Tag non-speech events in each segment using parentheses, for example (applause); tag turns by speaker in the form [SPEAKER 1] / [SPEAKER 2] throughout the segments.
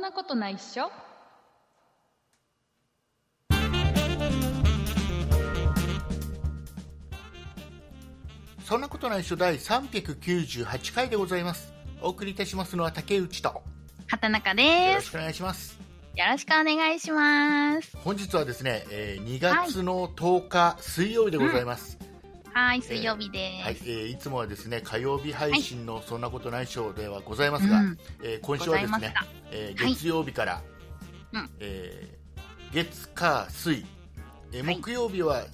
[SPEAKER 1] なことないっしょ
[SPEAKER 2] そんなことないっしょ第398回でございますお送りいたしますのは竹内とよ
[SPEAKER 1] 畑中で
[SPEAKER 2] ろ
[SPEAKER 1] す
[SPEAKER 2] しくお願いします
[SPEAKER 1] よろしくお願いします
[SPEAKER 2] 本日はですね、えー2月の10日水曜日でございます、
[SPEAKER 1] はい水曜日です、
[SPEAKER 2] はいえーいつもはですね火曜日配信の「そんなことないっしょ」ではございますが、
[SPEAKER 1] うん
[SPEAKER 2] えー今週
[SPEAKER 1] ご
[SPEAKER 2] は
[SPEAKER 1] ざい
[SPEAKER 2] です
[SPEAKER 1] まし
[SPEAKER 2] ね
[SPEAKER 1] た、
[SPEAKER 2] えー
[SPEAKER 1] はい
[SPEAKER 2] 月曜日から、
[SPEAKER 1] うん
[SPEAKER 2] えー月火水、えー
[SPEAKER 1] はい
[SPEAKER 2] 木曜日は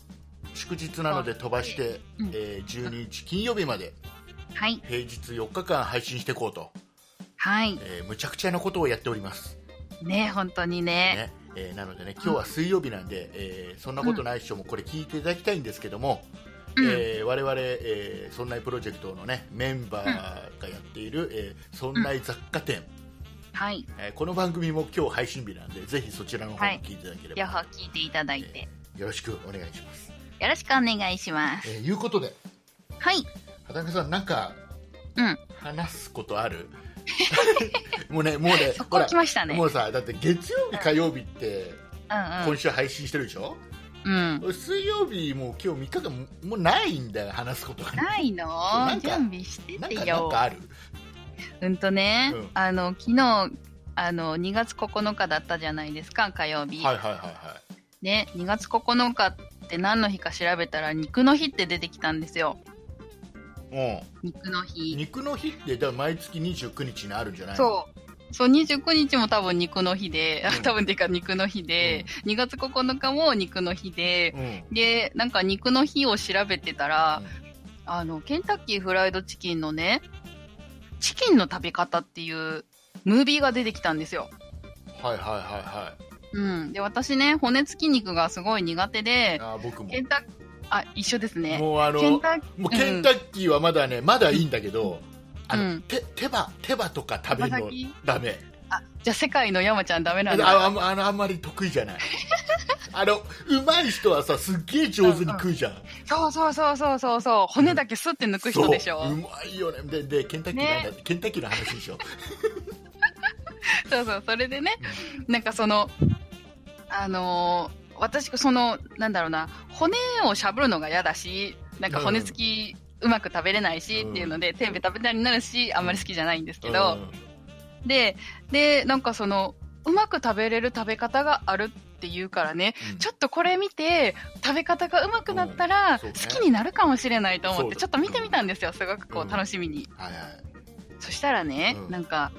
[SPEAKER 2] 祝日なので飛ばして、
[SPEAKER 1] うん
[SPEAKER 2] えー12日金曜日まで
[SPEAKER 1] はい
[SPEAKER 2] 平日4日間配信していこうと、
[SPEAKER 1] はい
[SPEAKER 2] えーむちゃくちゃなことをやっております、
[SPEAKER 1] ね本当にね
[SPEAKER 2] ねえーなのでね今日は水曜日なんで、えーそんなことない人もこれ聞いていただきたいんですけども、
[SPEAKER 1] うん
[SPEAKER 2] えー我々、えーそんないプロジェクトのねメンバーがやっている、えーそんない雑貨店、
[SPEAKER 1] はい
[SPEAKER 2] えーこの番組も今日配信日なんでぜひそちらの方
[SPEAKER 1] はい
[SPEAKER 2] も聞いていただければ、
[SPEAKER 1] 両方聞いていただいて
[SPEAKER 2] よろしくお願いします。
[SPEAKER 1] よろしくお願いします
[SPEAKER 2] えーいうことで
[SPEAKER 1] はい
[SPEAKER 2] 畑中さんなんか
[SPEAKER 1] うん
[SPEAKER 2] 話すこと
[SPEAKER 1] (laughs)
[SPEAKER 2] あるもうねもうね
[SPEAKER 1] そ
[SPEAKER 2] ほ
[SPEAKER 1] こ
[SPEAKER 2] ら
[SPEAKER 1] 来ましたね
[SPEAKER 2] もうさだって月曜日火曜日って今週配信してるでしょ、
[SPEAKER 1] うんうん、うん、
[SPEAKER 2] 水曜日もう今日3日間ももうないんだよ話すことが
[SPEAKER 1] ないの
[SPEAKER 2] なんか
[SPEAKER 1] 準備して
[SPEAKER 2] なん
[SPEAKER 1] て
[SPEAKER 2] かなん
[SPEAKER 1] よ
[SPEAKER 2] かある
[SPEAKER 1] うんとね、
[SPEAKER 2] うん
[SPEAKER 1] あの昨日あの2月9日だったじゃないですか火曜日、
[SPEAKER 2] はいはいはいは
[SPEAKER 1] ね2月9日って何の日か調べたら肉の日って出てきたんですよ
[SPEAKER 2] い、
[SPEAKER 1] 肉の
[SPEAKER 2] うん、
[SPEAKER 1] 日
[SPEAKER 2] 肉の日ってだから毎月29日にあるんじゃないの
[SPEAKER 1] そうそう29日も多分肉の日で、
[SPEAKER 2] うん
[SPEAKER 1] (laughs) 多分っていうか肉の日で、2月9日も肉の日で、
[SPEAKER 2] うん
[SPEAKER 1] でなんか肉の日を調べてたら、
[SPEAKER 2] うん
[SPEAKER 1] あのケンタッキーフライドチキンのねチキンの食べ方っていうムービーが出てきたんですよ
[SPEAKER 2] はいはいは
[SPEAKER 1] うん、で私ね骨付き肉がすごい苦手
[SPEAKER 2] いはい
[SPEAKER 1] で
[SPEAKER 2] あー僕も
[SPEAKER 1] ケンタあ一緒ですね
[SPEAKER 2] もうあの
[SPEAKER 1] ケンタッ
[SPEAKER 2] もうケンタッキーはまだね、まだいいんだけど、あの、
[SPEAKER 1] うん
[SPEAKER 2] 手手羽手羽とか食べる
[SPEAKER 1] 手羽
[SPEAKER 2] の
[SPEAKER 1] 先
[SPEAKER 2] ダメ
[SPEAKER 1] あじゃあ世界の山ちゃんダメ
[SPEAKER 2] あ
[SPEAKER 1] なん
[SPEAKER 2] の
[SPEAKER 1] だ
[SPEAKER 2] あああのあんまり得意じ
[SPEAKER 1] (laughs)
[SPEAKER 2] ゃないあのうまい人はさすっげえ上手に食うじゃん、
[SPEAKER 1] そうそうそうそうそうそう骨だけスッて抜く人でしょ、
[SPEAKER 2] そううまいよねででケンタッキーなんだって、ケンタッキーの話でしょ
[SPEAKER 1] そうそうそれでねなんかそのあのー私そのなんだろうな骨をしゃぶるのが嫌だしなんか骨付きうまく食べれないし、
[SPEAKER 2] うん
[SPEAKER 1] っていうので手べ食べたりになるしあんまり好きじゃないんですけど、
[SPEAKER 2] うん
[SPEAKER 1] ででなんかそのうまく食べれる食べ方があるっていうからね
[SPEAKER 2] うん
[SPEAKER 1] ちょっとこれ見て食べ方がうまくなったら
[SPEAKER 2] うんそ
[SPEAKER 1] 好
[SPEAKER 2] うね
[SPEAKER 1] きになるかもしれないと思っ
[SPEAKER 2] そう
[SPEAKER 1] て
[SPEAKER 2] だ
[SPEAKER 1] ちょっと見てみたんですよすごくこ
[SPEAKER 2] うん
[SPEAKER 1] う楽しみに、
[SPEAKER 2] はいはい
[SPEAKER 1] そしたらね、
[SPEAKER 2] うん
[SPEAKER 1] なんか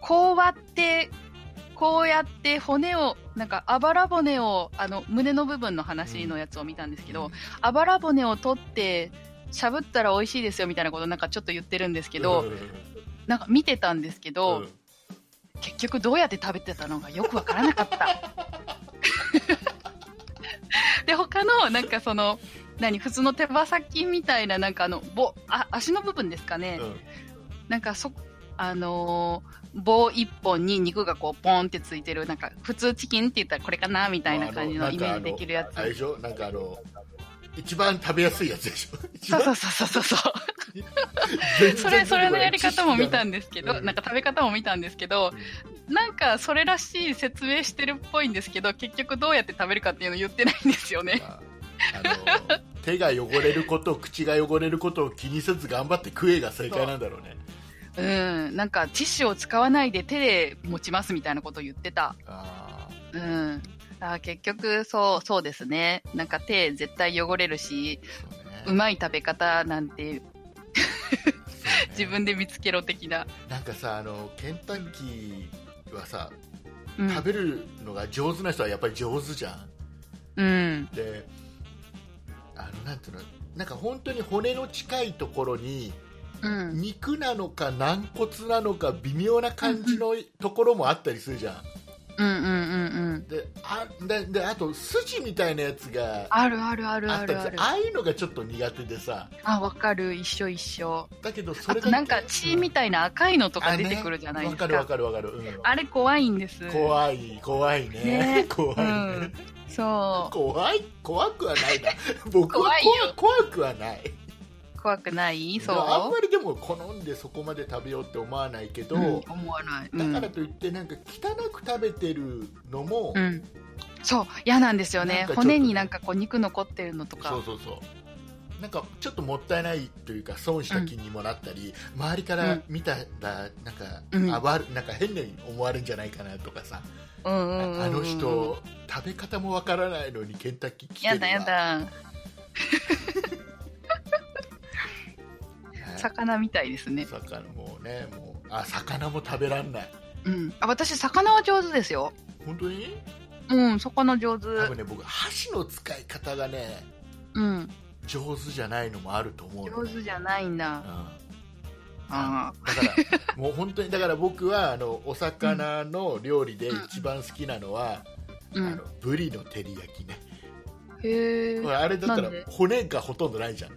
[SPEAKER 1] こうやってこうやって骨をなんかあばら骨をあの胸の部分の話のやつを見たんですけど、あばら骨を取ってしゃぶったら美味しいですよみたいなことなんかちょっと言ってるんですけど、
[SPEAKER 2] うんうん
[SPEAKER 1] なんか見てたんですけど、
[SPEAKER 2] うん
[SPEAKER 1] 結局どうやって食べてたのかよくわからなか
[SPEAKER 2] (laughs)
[SPEAKER 1] った。で他のなんかその何普通の手羽先みたいななんかあのぼあ足の部分ですかね、
[SPEAKER 2] うん
[SPEAKER 1] なんかそあのー棒一本に肉がこうポンってついてるなんか普通チキンって言ったらこれかなみたいな感じ
[SPEAKER 2] あ
[SPEAKER 1] の
[SPEAKER 2] の
[SPEAKER 1] イメージできるやつ
[SPEAKER 2] あれでしょなんかあの一番食べやすいやつでしょ一
[SPEAKER 1] (laughs) そう
[SPEAKER 2] 番
[SPEAKER 1] そうそうそうそう
[SPEAKER 2] 全然
[SPEAKER 1] それそれのやり方も見た
[SPEAKER 2] うん
[SPEAKER 1] んですけど、
[SPEAKER 2] うん
[SPEAKER 1] なんか食べ方も見たんですけど、なんかそれらしい説明してるっぽいんですけど結局どうやって食べるかっていうの言ってないんですよね
[SPEAKER 2] まああの手が汚れること口が汚れることを気にせず頑張って食えが正解なんだろうね
[SPEAKER 1] うんなんかティッシュを使わないで手で持ちますみたいなこと言ってた
[SPEAKER 2] あ
[SPEAKER 1] うんあー結局そうそうですねなんか手絶対汚れるし
[SPEAKER 2] ーそうね
[SPEAKER 1] うまい食べ方なんて
[SPEAKER 2] そうね
[SPEAKER 1] 自分で見つけろ的な、
[SPEAKER 2] なんかさあのケンタッキーはさ
[SPEAKER 1] うん、
[SPEAKER 2] 食べるのが上手な人はやっぱり上手じゃん
[SPEAKER 1] うん
[SPEAKER 2] であのなんていうのなんか本当に骨の近いところに
[SPEAKER 1] うん
[SPEAKER 2] 肉なのか軟骨なのか微妙な感じのところもあったりするじゃん
[SPEAKER 1] うんうんうんうん
[SPEAKER 2] であでであと筋みたいなやつが
[SPEAKER 1] あるあるある
[SPEAKER 2] あ
[SPEAKER 1] あ
[SPEAKER 2] ったり
[SPEAKER 1] る
[SPEAKER 2] す
[SPEAKER 1] あ
[SPEAKER 2] る
[SPEAKER 1] る
[SPEAKER 2] ああいうのがちょっと苦手でさ
[SPEAKER 1] あわかる一緒一緒
[SPEAKER 2] だけどそ
[SPEAKER 1] あ
[SPEAKER 2] れ
[SPEAKER 1] と
[SPEAKER 2] が
[SPEAKER 1] なんか血みたいな赤いのとか出てくるじゃないですか
[SPEAKER 2] あねわかるわかるわかる、うん
[SPEAKER 1] あれ怖いんです。
[SPEAKER 2] 怖い怖いね
[SPEAKER 1] ね
[SPEAKER 2] 怖いうね、
[SPEAKER 1] ん。そう。
[SPEAKER 2] 怖い怖くはないな僕は
[SPEAKER 1] 怖いよ
[SPEAKER 2] 怖怖くはない
[SPEAKER 1] 怖くないそう
[SPEAKER 2] あんまりでも好んでそこまで食べようって思わないけど、
[SPEAKER 1] うん思わない、うん
[SPEAKER 2] だからといってなんか汚く食べてるのも、
[SPEAKER 1] うん、そう嫌なんですよ
[SPEAKER 2] なん
[SPEAKER 1] ね
[SPEAKER 2] かちょっと
[SPEAKER 1] 骨になんかこう肉残ってるのとか
[SPEAKER 2] そうそうそうなんかちょっともったいないというか損した気にもなったり、周りから見たらなんか、
[SPEAKER 1] うん
[SPEAKER 2] あ悪なんか変に思われるんじゃないかなとかさ、
[SPEAKER 1] うんうんうんうん
[SPEAKER 2] あの人食べ方もわからないのにケンタッキー来てる
[SPEAKER 1] や
[SPEAKER 2] わ
[SPEAKER 1] だやだ
[SPEAKER 2] はい
[SPEAKER 1] 魚みたいですね
[SPEAKER 2] 魚もねもうあ魚も食べらんない
[SPEAKER 1] うんあ私魚は上手ですよ
[SPEAKER 2] 本当に
[SPEAKER 1] うん魚上手
[SPEAKER 2] 多分ね僕箸の使い方がね
[SPEAKER 1] うん
[SPEAKER 2] 上手じゃないのもあると思うの
[SPEAKER 1] 上
[SPEAKER 2] ね、
[SPEAKER 1] 手じゃないんだ
[SPEAKER 2] うん
[SPEAKER 1] あ
[SPEAKER 2] だからもう本当にだから僕はあのお魚の料理で
[SPEAKER 1] うん
[SPEAKER 2] 一番好きなのは、
[SPEAKER 1] ーう
[SPEAKER 2] あ
[SPEAKER 1] ん
[SPEAKER 2] のブリの照り焼きね、
[SPEAKER 1] へ
[SPEAKER 2] こ
[SPEAKER 1] え
[SPEAKER 2] れあれだったら
[SPEAKER 1] なんで
[SPEAKER 2] 骨がほとんどないじゃん、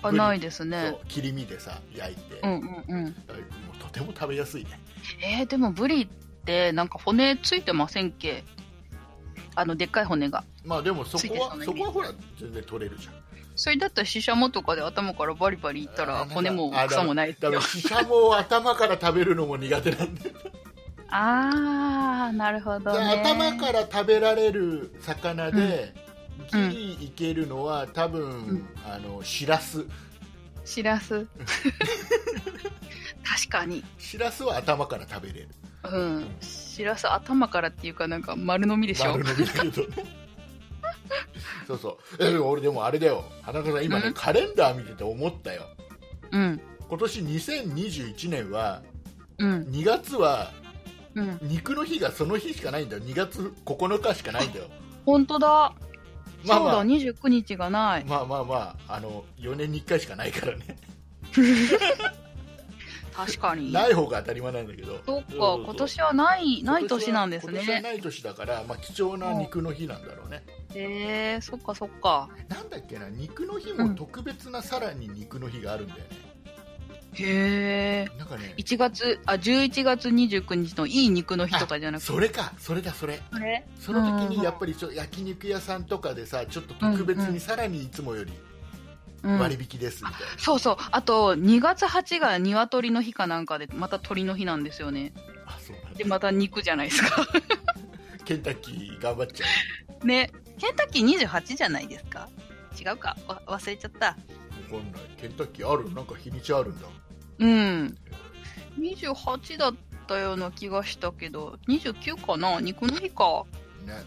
[SPEAKER 1] あ
[SPEAKER 2] ブリ
[SPEAKER 1] ないですね
[SPEAKER 2] そう切り身でさ焼いて、
[SPEAKER 1] う
[SPEAKER 2] も
[SPEAKER 1] んうんうん
[SPEAKER 2] うとても食べやすいね
[SPEAKER 1] えー、でもブリってなんか骨ついてませんっけあのでっかい骨が
[SPEAKER 2] まあでもそ
[SPEAKER 1] つい
[SPEAKER 2] こ
[SPEAKER 1] てそう
[SPEAKER 2] は
[SPEAKER 1] なイメージ
[SPEAKER 2] そこはほら全然取れるじゃん
[SPEAKER 1] それだったらシシャモとかで頭からバリバリいった
[SPEAKER 2] あ
[SPEAKER 1] ら
[SPEAKER 2] ー
[SPEAKER 1] 骨も
[SPEAKER 2] あー
[SPEAKER 1] 草もないです
[SPEAKER 2] だか
[SPEAKER 1] よ
[SPEAKER 2] らシシャモを頭から食べるのも苦手なんで、
[SPEAKER 1] あーなるほど
[SPEAKER 2] で
[SPEAKER 1] ね
[SPEAKER 2] 頭から食べられる魚で、
[SPEAKER 1] うん
[SPEAKER 2] ギリいけるのは多分、
[SPEAKER 1] ん
[SPEAKER 2] あのシラス
[SPEAKER 1] しら
[SPEAKER 2] (laughs)
[SPEAKER 1] す確かに
[SPEAKER 2] シラスは頭から食べれる
[SPEAKER 1] うんしらす頭からっていうかなんか丸飲みでしょ
[SPEAKER 2] 丸飲みだけ
[SPEAKER 1] (laughs)
[SPEAKER 2] どねそうそうえ俺でもあれだよ花子さん今ね、
[SPEAKER 1] うん
[SPEAKER 2] カレンダー見てて思ったよ
[SPEAKER 1] うん
[SPEAKER 2] 今年2021年は
[SPEAKER 1] うん
[SPEAKER 2] 2月は
[SPEAKER 1] うん
[SPEAKER 2] 肉の日がその日しかないんだよ2月9日しかないんだよ
[SPEAKER 1] 本当だ、
[SPEAKER 2] まあ
[SPEAKER 1] そう
[SPEAKER 2] ま
[SPEAKER 1] だ
[SPEAKER 2] あ
[SPEAKER 1] 29日がない
[SPEAKER 2] まあまあまああの4年に1回しかないからね
[SPEAKER 1] 確かに
[SPEAKER 2] ない方が当たり前なんだけど
[SPEAKER 1] そっか
[SPEAKER 2] うそうそう
[SPEAKER 1] 今年はないない年なんです
[SPEAKER 2] 今年は
[SPEAKER 1] ね
[SPEAKER 2] ない年だから、まあ、貴重な肉の日なんだろうね、
[SPEAKER 1] へえー、そっかそっか
[SPEAKER 2] なんだっけな肉の日も特別なさらに肉の日があるんだよね、
[SPEAKER 1] へえ
[SPEAKER 2] なんかね
[SPEAKER 1] 1月あ11月29日のいい肉の日とかじゃなくて
[SPEAKER 2] それかそれだそれ
[SPEAKER 1] それ
[SPEAKER 2] その時にやっぱりちょ焼肉屋さんとかでさちょっと特別
[SPEAKER 1] うんう
[SPEAKER 2] に
[SPEAKER 1] ん
[SPEAKER 2] さらにいつもより
[SPEAKER 1] うん
[SPEAKER 2] 割引ですみたいな、
[SPEAKER 1] そうそうあと2月8が鶏の日かなんかでまた鳥の日なんですよね
[SPEAKER 2] あそうなんだ
[SPEAKER 1] でまた肉じゃないです (laughs) か
[SPEAKER 2] ケンタッキー頑張っちゃ
[SPEAKER 1] ねケンタッキー28じゃないですか違うかわ忘れちゃった
[SPEAKER 2] うわかんないケンタッキーあるなんか日にちあるんだ
[SPEAKER 1] うん28だったような気がしたけど29かな肉の日か
[SPEAKER 2] ね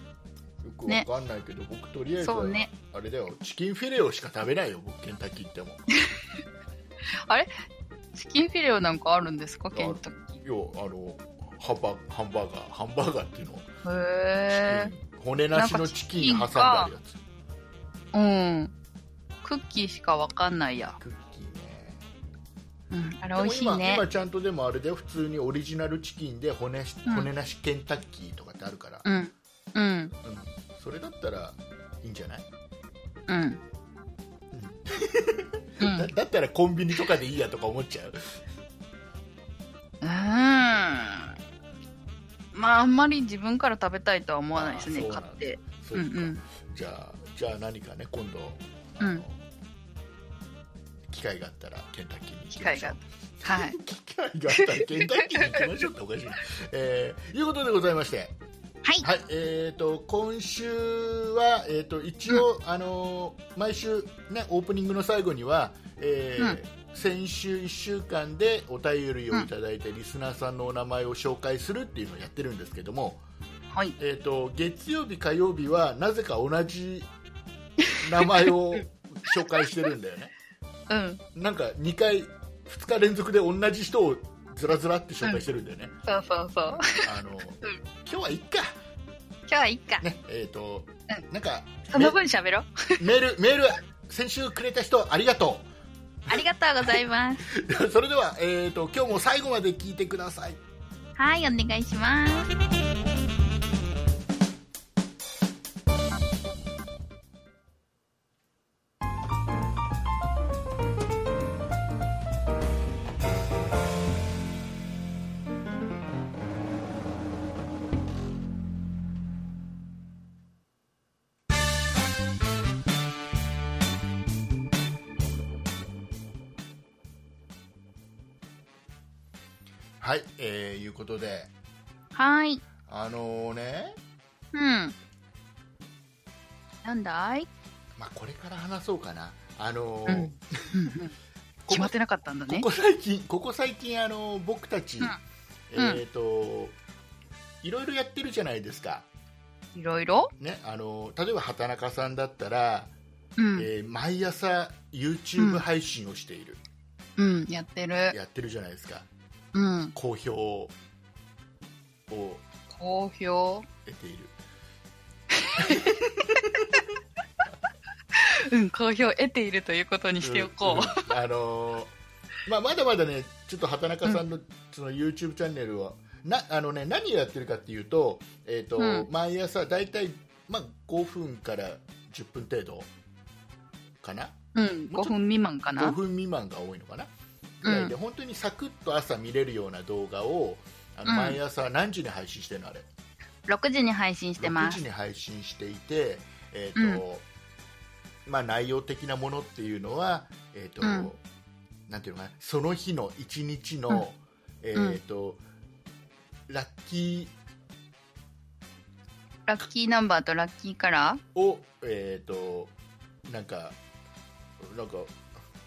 [SPEAKER 2] よくわかんないけど、僕とりあえず
[SPEAKER 1] そうね
[SPEAKER 2] あれだよチキンフィレオしか食べないよ僕ケンタッキー行っても
[SPEAKER 1] チキンフィレオなんかあるんですかケンタッキ
[SPEAKER 2] よあのハンバハンバーガーハンバーガーっていうの
[SPEAKER 1] ーへえ
[SPEAKER 2] 骨なしのチキン挟んであるやつ
[SPEAKER 1] うんクッキーしかわかんないや
[SPEAKER 2] クッキーね
[SPEAKER 1] うんあれ美
[SPEAKER 2] でも
[SPEAKER 1] 味しい
[SPEAKER 2] 今
[SPEAKER 1] ね
[SPEAKER 2] 今ちゃんとでもあれだよ普通にオリジナルチキンで骨,、
[SPEAKER 1] うん
[SPEAKER 2] 骨なしケンタッキーとかってあるから、
[SPEAKER 1] うんうん
[SPEAKER 2] うんそれだったらいいんじゃない、 (laughs)
[SPEAKER 1] うんう
[SPEAKER 2] だ
[SPEAKER 1] ん
[SPEAKER 2] だったらコンビニとかでいいやとか思っちゃう
[SPEAKER 1] うーんまああんまり自分から食べたいとは思わないですね
[SPEAKER 2] あーそう
[SPEAKER 1] 買
[SPEAKER 2] なんだ
[SPEAKER 1] って
[SPEAKER 2] そううんか、
[SPEAKER 1] うん
[SPEAKER 2] じゃあじゃあ何かね今度あの、
[SPEAKER 1] うん
[SPEAKER 2] 機会があったらケンタッキーに行き
[SPEAKER 1] 機
[SPEAKER 2] ま
[SPEAKER 1] 会
[SPEAKER 2] しょ
[SPEAKER 1] が
[SPEAKER 2] う
[SPEAKER 1] はい
[SPEAKER 2] (laughs) 機会があったらケンタッキーに行きましょうっておかしいな、 (laughs) えーいうことでございまして
[SPEAKER 1] はい
[SPEAKER 2] はい、えー、と今週は、えー、と一応、あのー毎週、ね、オープニングの最後には、えー先週1週間でお便りをいただいて、リスナーさんのお名前を紹介するっていうのをやってるんですけども、
[SPEAKER 1] はい
[SPEAKER 2] えー、と月曜日、火曜日はなぜか同じ名前を紹介してるんだ
[SPEAKER 1] (laughs)
[SPEAKER 2] よね。
[SPEAKER 1] うん
[SPEAKER 2] なんか2回2日連続で同じ人をずらずらって紹介してるんだよね、
[SPEAKER 1] そうそうそう
[SPEAKER 2] あの今日はいっか、
[SPEAKER 1] (laughs) 今日はいいか
[SPEAKER 2] ねえーとなんか
[SPEAKER 1] その分喋ろう
[SPEAKER 2] メール、メール、先週くれた人ありがと
[SPEAKER 1] ありがとうございます
[SPEAKER 2] う。 (laughs) それでは、えっ、と、今日も最後まで聞いてください。
[SPEAKER 1] はいお願いします
[SPEAKER 2] はい、えー、いうことで、
[SPEAKER 1] はい。
[SPEAKER 2] あのね、
[SPEAKER 1] うん。なんだい
[SPEAKER 2] まあ、これから話そうかな。あの
[SPEAKER 1] うん
[SPEAKER 2] ー
[SPEAKER 1] うんうん
[SPEAKER 2] こ
[SPEAKER 1] 決まってなかったんだ
[SPEAKER 2] こ
[SPEAKER 1] ね。
[SPEAKER 2] こ最近、ここ最近、あのー僕たち、
[SPEAKER 1] うん
[SPEAKER 2] えっ、と、いろいろやってるじゃないですか。
[SPEAKER 1] いろいろ
[SPEAKER 2] ね、あのー例えば畑中さんだったら、
[SPEAKER 1] うん。
[SPEAKER 2] えー毎朝 YouTube 配信をしている、
[SPEAKER 1] うん。やってる。
[SPEAKER 2] やってるじゃないですか
[SPEAKER 1] うん。
[SPEAKER 2] 好評を
[SPEAKER 1] 好評。
[SPEAKER 2] 得ている
[SPEAKER 1] うん。好評を得ているということにしておこう。
[SPEAKER 2] うん、あのーまあ、まだまだねちょっと畑中さんの,、その YouTube チャンネルはなあの、ね、何をやってるかっていうと,、えーと
[SPEAKER 1] うん
[SPEAKER 2] 毎朝大体、まあ、5分から10分程度かな
[SPEAKER 1] うん。
[SPEAKER 2] もう
[SPEAKER 1] 5
[SPEAKER 2] ちょっと
[SPEAKER 1] 分未満か
[SPEAKER 2] 5
[SPEAKER 1] な。
[SPEAKER 2] 分未満が多いのかな、
[SPEAKER 1] う
[SPEAKER 2] ぐらい
[SPEAKER 1] ん
[SPEAKER 2] で。本当にサクッと朝見れるような動画をあの
[SPEAKER 1] うん
[SPEAKER 2] 毎朝何時に配信してるのあれ
[SPEAKER 1] 6時に配信してま
[SPEAKER 2] 6時
[SPEAKER 1] す。
[SPEAKER 2] に配信していて、えーとまあ、内容的なものっていうのは、えーと
[SPEAKER 1] うん
[SPEAKER 2] なんていうのかなその日の一日の、
[SPEAKER 1] うん
[SPEAKER 2] えーとラッキ
[SPEAKER 1] ラッキーナンバーとラッキーカラー
[SPEAKER 2] ーを、えー、となんかなんか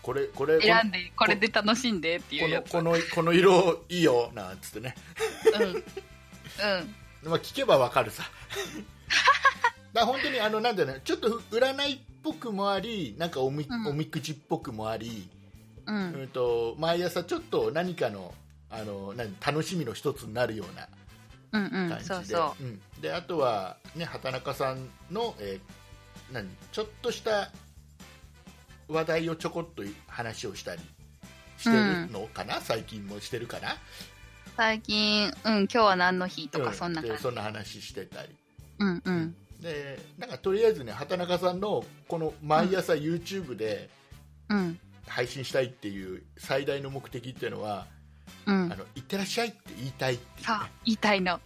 [SPEAKER 2] これこれこ
[SPEAKER 1] 選んで、これで楽しんでっていう
[SPEAKER 2] の
[SPEAKER 1] やつ。
[SPEAKER 2] このこのこの色いいよなんつってね、
[SPEAKER 1] うん。うん。
[SPEAKER 2] まあ、聞けばわか
[SPEAKER 1] (laughs)
[SPEAKER 2] るさ。だから本当にあのなんだろうねちょっと占いっぽくもありなんかおみ,、
[SPEAKER 1] うん
[SPEAKER 2] おみくじっぽくもあり、
[SPEAKER 1] う。
[SPEAKER 2] うんんと毎朝ちょっと何かのあの何楽しみの一つになるような
[SPEAKER 1] うんうん。そ
[SPEAKER 2] 感
[SPEAKER 1] う
[SPEAKER 2] じで,、
[SPEAKER 1] そ
[SPEAKER 2] うんであとは、ね、畑中さんの、えー何ちょっとした話題をちょこっと話をしたりしてるのかな、最近もしてるかな
[SPEAKER 1] う。最近、うん、今日は何の日と
[SPEAKER 2] う
[SPEAKER 1] か、そんな
[SPEAKER 2] で
[SPEAKER 1] 感じ
[SPEAKER 2] そ。んな話してたり。
[SPEAKER 1] うんうん。
[SPEAKER 2] でなんかとりあえずね畑中さんのこの毎朝 YouTube で
[SPEAKER 1] うん。
[SPEAKER 2] 配信したいっていう最大の目的っていうのは
[SPEAKER 1] う
[SPEAKER 2] 「
[SPEAKER 1] ん
[SPEAKER 2] あ。のいってらっしゃい」って言いたいっていうね、
[SPEAKER 1] さあ、言いたいの。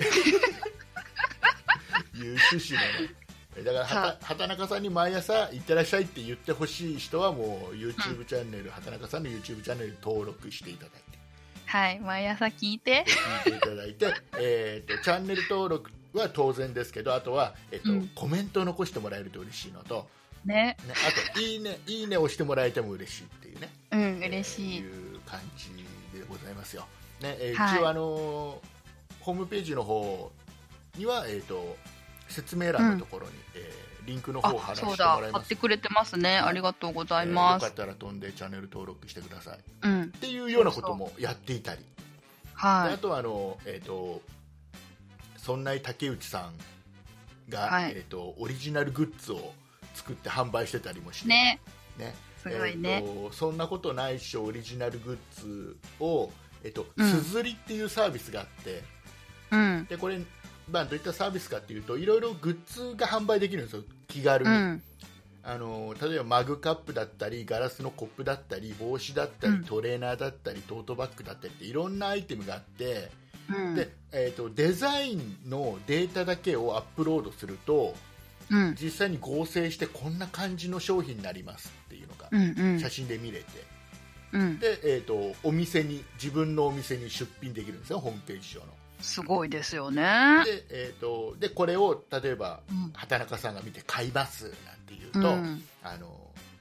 [SPEAKER 2] いう趣旨なのえだからはた畑中さんに毎朝「いってらっしゃい」って言ってほしい人はもう YouTube チャンネル、畑中さんの YouTube チャンネル登録していただいて
[SPEAKER 1] はい。毎朝聞いて。
[SPEAKER 2] 聞いていただいて (laughs) えーとチャンネル登録は当然ですけどあとは、えっと
[SPEAKER 1] うん
[SPEAKER 2] コメントを残してもらえると嬉しいのと、
[SPEAKER 1] ね。
[SPEAKER 2] ね、あと「いいね」「いいね」を押してもらえても嬉しいっていうね
[SPEAKER 1] うん、嬉し
[SPEAKER 2] えー
[SPEAKER 1] い。
[SPEAKER 2] いう感じでございますよ、ねえー
[SPEAKER 1] はい
[SPEAKER 2] 一応、あのーホームページの方には、えー、と説明欄のところに、えーリンクの
[SPEAKER 1] あ
[SPEAKER 2] 方を貼、らせて
[SPEAKER 1] そ
[SPEAKER 2] も
[SPEAKER 1] うだ
[SPEAKER 2] ら。い
[SPEAKER 1] 買
[SPEAKER 2] ま
[SPEAKER 1] っ
[SPEAKER 2] す
[SPEAKER 1] てくれてますね。ありがとうございま
[SPEAKER 2] えーよ
[SPEAKER 1] す
[SPEAKER 2] かっ。たら飛んでチャンネル登録してくださいっ
[SPEAKER 1] うん。
[SPEAKER 2] ていうようなこともやっていたりで
[SPEAKER 1] は
[SPEAKER 2] あとはあの、えー、とそんな竹内さんが、
[SPEAKER 1] はい
[SPEAKER 2] えー、とオリジナルグッズを作って販売してたりもし
[SPEAKER 1] い。
[SPEAKER 2] て、
[SPEAKER 1] ね。
[SPEAKER 2] ね
[SPEAKER 1] すごいね
[SPEAKER 2] え。ーとそんなことないっしょオリジナルグッズを、えっと
[SPEAKER 1] うん
[SPEAKER 2] すずりっていうサービスがあって
[SPEAKER 1] うん。
[SPEAKER 2] でこれ、まあ、どういったサービスかっていうといろいろグッズが販売できるんですよ気軽
[SPEAKER 1] う
[SPEAKER 2] に、
[SPEAKER 1] ん。
[SPEAKER 2] あのー例えばマグカップだったりガラスのコップだったり帽子だったり、
[SPEAKER 1] うん
[SPEAKER 2] トレーナーだったりトートバッグだったりっていろんなアイテムがあって、
[SPEAKER 1] うん
[SPEAKER 2] でえー、とデザインのデータだけをアップロードすると
[SPEAKER 1] うん。
[SPEAKER 2] 実際に合成してこんな感じの商品になりますっていうのが
[SPEAKER 1] うん。うん
[SPEAKER 2] 写真で見れて。
[SPEAKER 1] うん。
[SPEAKER 2] で、えー、とお店に自分のお店に出品できるんですよホームページ上の
[SPEAKER 1] すごいですよね。
[SPEAKER 2] で,、えー、とでこれを例えば
[SPEAKER 1] うん
[SPEAKER 2] 畑中さんが見て買いますなんて言う
[SPEAKER 1] う
[SPEAKER 2] と、
[SPEAKER 1] ん。
[SPEAKER 2] あの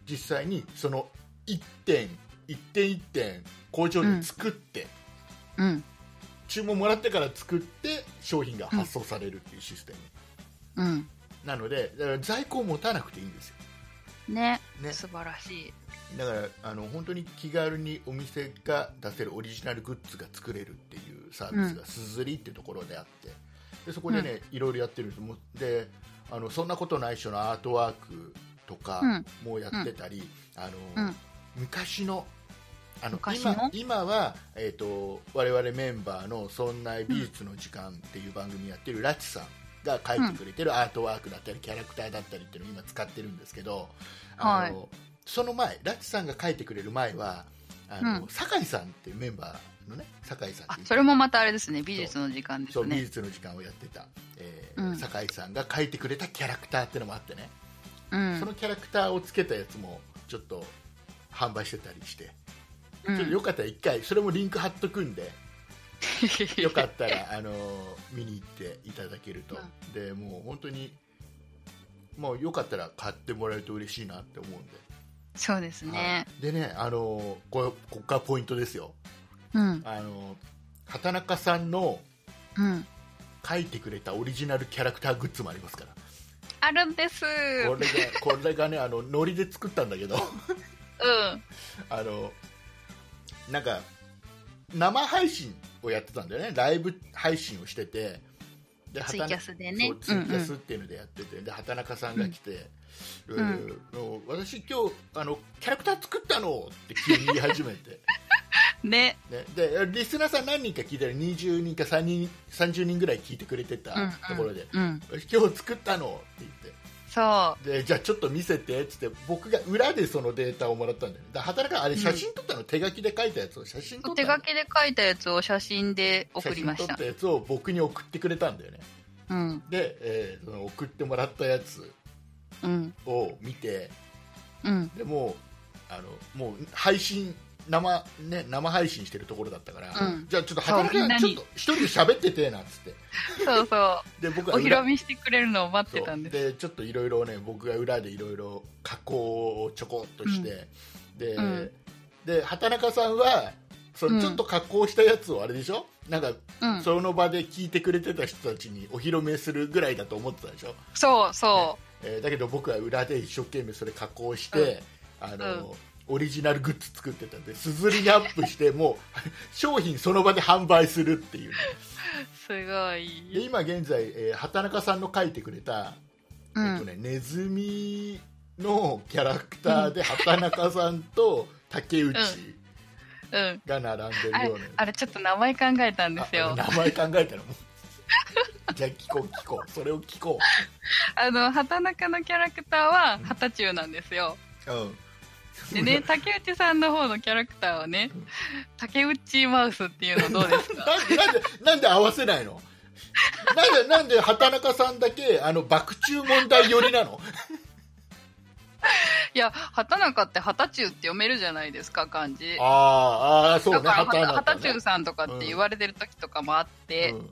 [SPEAKER 2] 実際にその1点1点1点工場で作って、
[SPEAKER 1] うん。
[SPEAKER 2] 注文もらってから作って商品が発送されるっていうシステム、
[SPEAKER 1] うん。
[SPEAKER 2] なのでだから在庫を持たなくていいんですよ
[SPEAKER 1] ね。
[SPEAKER 2] ね
[SPEAKER 1] 素晴らしい。
[SPEAKER 2] だからあの本当に気軽にお店が出せるオリジナルグッズが作れるっていうサービスがすずりっていうところであってでそこでね、いろいろやってるんですもうであのそんなことないっしょのアートワークとかもやってたり、あ
[SPEAKER 1] う
[SPEAKER 2] の
[SPEAKER 1] ん
[SPEAKER 2] 昔のあの
[SPEAKER 1] 昔
[SPEAKER 2] 今
[SPEAKER 1] の
[SPEAKER 2] 今は、えー、と我々メンバーの「そんな美術の時間」っていう番組やってるラチさんが書いてくれてるアートワークだったりキャラクターだったりっていうのを今使ってるんですけど、あのその前ラチさんが書いてくれる前はあの、
[SPEAKER 1] うん
[SPEAKER 2] 酒井さんっていうメンバーのね酒井さんっ
[SPEAKER 1] あ
[SPEAKER 2] ていう、
[SPEAKER 1] それもまたあれですね。美術の時間で
[SPEAKER 2] そ
[SPEAKER 1] す
[SPEAKER 2] う美
[SPEAKER 1] ね。
[SPEAKER 2] 術の時間をやってた、えー
[SPEAKER 1] うん
[SPEAKER 2] 酒井さんが書いてくれたキャラクターっていうのもあってね、
[SPEAKER 1] うん
[SPEAKER 2] そ。のキャラクターをつけたやつもちょっと販売してたりして、
[SPEAKER 1] う
[SPEAKER 2] ちょっと
[SPEAKER 1] ん
[SPEAKER 2] よかったら一回それもリンク貼っとくんで
[SPEAKER 1] (laughs)
[SPEAKER 2] よかったら、あの見に行っていただけると、でもう本当にもうよかったら買ってもらえると嬉しいなって思うんで、
[SPEAKER 1] (laughs) そうですね
[SPEAKER 2] は。いでね、あのこれここからポイントですよ、
[SPEAKER 1] うん。
[SPEAKER 2] あの畑中さんの
[SPEAKER 1] うん。
[SPEAKER 2] 書いてくれたオリジナルキャラクターグッズもありますから
[SPEAKER 1] あるんです。
[SPEAKER 2] これがこれがねあのノリで作ったんだけど
[SPEAKER 1] うん。
[SPEAKER 2] あのなんか生配信をやってたんだよねライブ配信をしててで
[SPEAKER 1] ツ
[SPEAKER 2] 畑
[SPEAKER 1] イ
[SPEAKER 2] 中
[SPEAKER 1] キャスでね
[SPEAKER 2] そう。ツイキャスっていうのでやってて、で畑中さんが来て、
[SPEAKER 1] ん
[SPEAKER 2] うん私今日あのキャラクター作ったのって急に言い始め
[SPEAKER 1] (laughs)
[SPEAKER 2] て
[SPEAKER 1] うん。ね。
[SPEAKER 2] ね、でリスナーさん何人か聞いたら20人か3人30人ぐらい聞いてくれてた
[SPEAKER 1] うん
[SPEAKER 2] ところで、
[SPEAKER 1] うん。
[SPEAKER 2] 私今日作ったのって言って
[SPEAKER 1] そ
[SPEAKER 2] でじゃあちょっと見せてっつって僕が裏でそのデータをもらったんだよねだから働かあれ写真撮ったの、手書きで書いたやつを写真撮
[SPEAKER 1] う。
[SPEAKER 2] った
[SPEAKER 1] 手
[SPEAKER 2] の
[SPEAKER 1] 書きで書いたやつを写真で送りまし
[SPEAKER 2] 写真撮
[SPEAKER 1] た
[SPEAKER 2] った。やつを僕に送ってくれたんだよね
[SPEAKER 1] うん。
[SPEAKER 2] で、えーその送ってもらったやつ
[SPEAKER 1] うん。
[SPEAKER 2] を見て
[SPEAKER 1] うん。
[SPEAKER 2] でもうあのもう配信生,、ね、生配信してるところだったから、
[SPEAKER 1] うん
[SPEAKER 2] じゃあちょっと働
[SPEAKER 1] そうみんな
[SPEAKER 2] かちょっ
[SPEAKER 1] に
[SPEAKER 2] と一人で喋っててなんつって
[SPEAKER 1] そうそう。
[SPEAKER 2] で (laughs) 僕
[SPEAKER 1] お
[SPEAKER 2] は
[SPEAKER 1] 披
[SPEAKER 2] 裏
[SPEAKER 1] 露目してくれるのを待って
[SPEAKER 2] そ
[SPEAKER 1] たんで
[SPEAKER 2] う
[SPEAKER 1] す。
[SPEAKER 2] でちょっといろいろね僕が裏でいろいろ加工をちょこっとして、で、
[SPEAKER 1] うん
[SPEAKER 2] で畑中さんはそ
[SPEAKER 1] うん
[SPEAKER 2] のちょっと加工したやつをあれでしょ、なんか
[SPEAKER 1] うん。
[SPEAKER 2] その場で聞いてくれてた人たちにお披露目するぐらいだと思ってたでしょ、
[SPEAKER 1] そうそ
[SPEAKER 2] えーだけど僕は裏で一生懸命それ加工して、あのオリジナルグッズ作ってたんですずりにアップしてもう商品その場で販売するっていうね
[SPEAKER 1] う。すご
[SPEAKER 2] で
[SPEAKER 1] い。
[SPEAKER 2] 今現在、えー畑中さんの書いてくれた
[SPEAKER 1] う
[SPEAKER 2] えっと
[SPEAKER 1] ん。
[SPEAKER 2] ね、ネズミのキャラクターで畑中さんと竹内
[SPEAKER 1] うん。
[SPEAKER 2] が並んで
[SPEAKER 1] あ
[SPEAKER 2] る
[SPEAKER 1] れ
[SPEAKER 2] ような、、
[SPEAKER 1] あれちょっと名前考えたんです
[SPEAKER 2] あ
[SPEAKER 1] よ。
[SPEAKER 2] 名前考えたの (laughs) じゃあ聞こう聞こうそれを聞こ
[SPEAKER 1] あの、畑中のキャラクターは、畑中なんですよ。
[SPEAKER 2] う、うん、
[SPEAKER 1] でね、竹内さんの方のキャラクターはね、竹内マウスっていうのどうです
[SPEAKER 2] (laughs)
[SPEAKER 1] か
[SPEAKER 2] (laughs) なんでなんでなんで合わせないのなんでなんで畑中さんだけあの爆注問題寄り
[SPEAKER 1] (laughs)
[SPEAKER 2] なの
[SPEAKER 1] いや、畑中って畑中って読めるじゃないですか、漢字。
[SPEAKER 2] あーあーそう
[SPEAKER 1] だ
[SPEAKER 2] ね
[SPEAKER 1] から、畑
[SPEAKER 2] 畑中
[SPEAKER 1] 畑
[SPEAKER 2] ね
[SPEAKER 1] 中さんとかって言われてる時とかもあって、
[SPEAKER 2] うん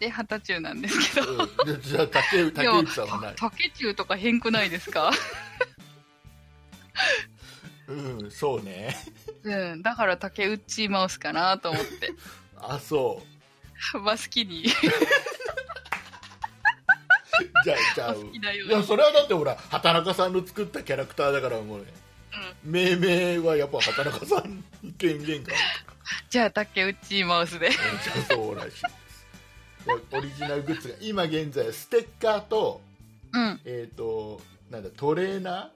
[SPEAKER 1] で、畑中なんですけど。
[SPEAKER 2] うんじゃあ竹内
[SPEAKER 1] で
[SPEAKER 2] 竹
[SPEAKER 1] も
[SPEAKER 2] 内さん
[SPEAKER 1] (laughs)
[SPEAKER 2] はない、
[SPEAKER 1] 竹中とか変くないですか
[SPEAKER 2] うん、そうね
[SPEAKER 1] (laughs) うん。だから竹内マウスかなと思って。 (laughs)
[SPEAKER 2] あそう
[SPEAKER 1] まあ好きに。 (laughs)
[SPEAKER 2] じゃあじゃあ
[SPEAKER 1] お好きだよう
[SPEAKER 2] い
[SPEAKER 1] に
[SPEAKER 2] やそれはだってほら畑中さんの作ったキャラクターだからもうね、命名はやっぱ畑中さんに権限が
[SPEAKER 1] じゃあ竹内マウスで。
[SPEAKER 2] あるじゃあそうらしいですオリジナルグッズが今現在ステッカーと,、
[SPEAKER 1] うん。
[SPEAKER 2] えー、となんだトレーナ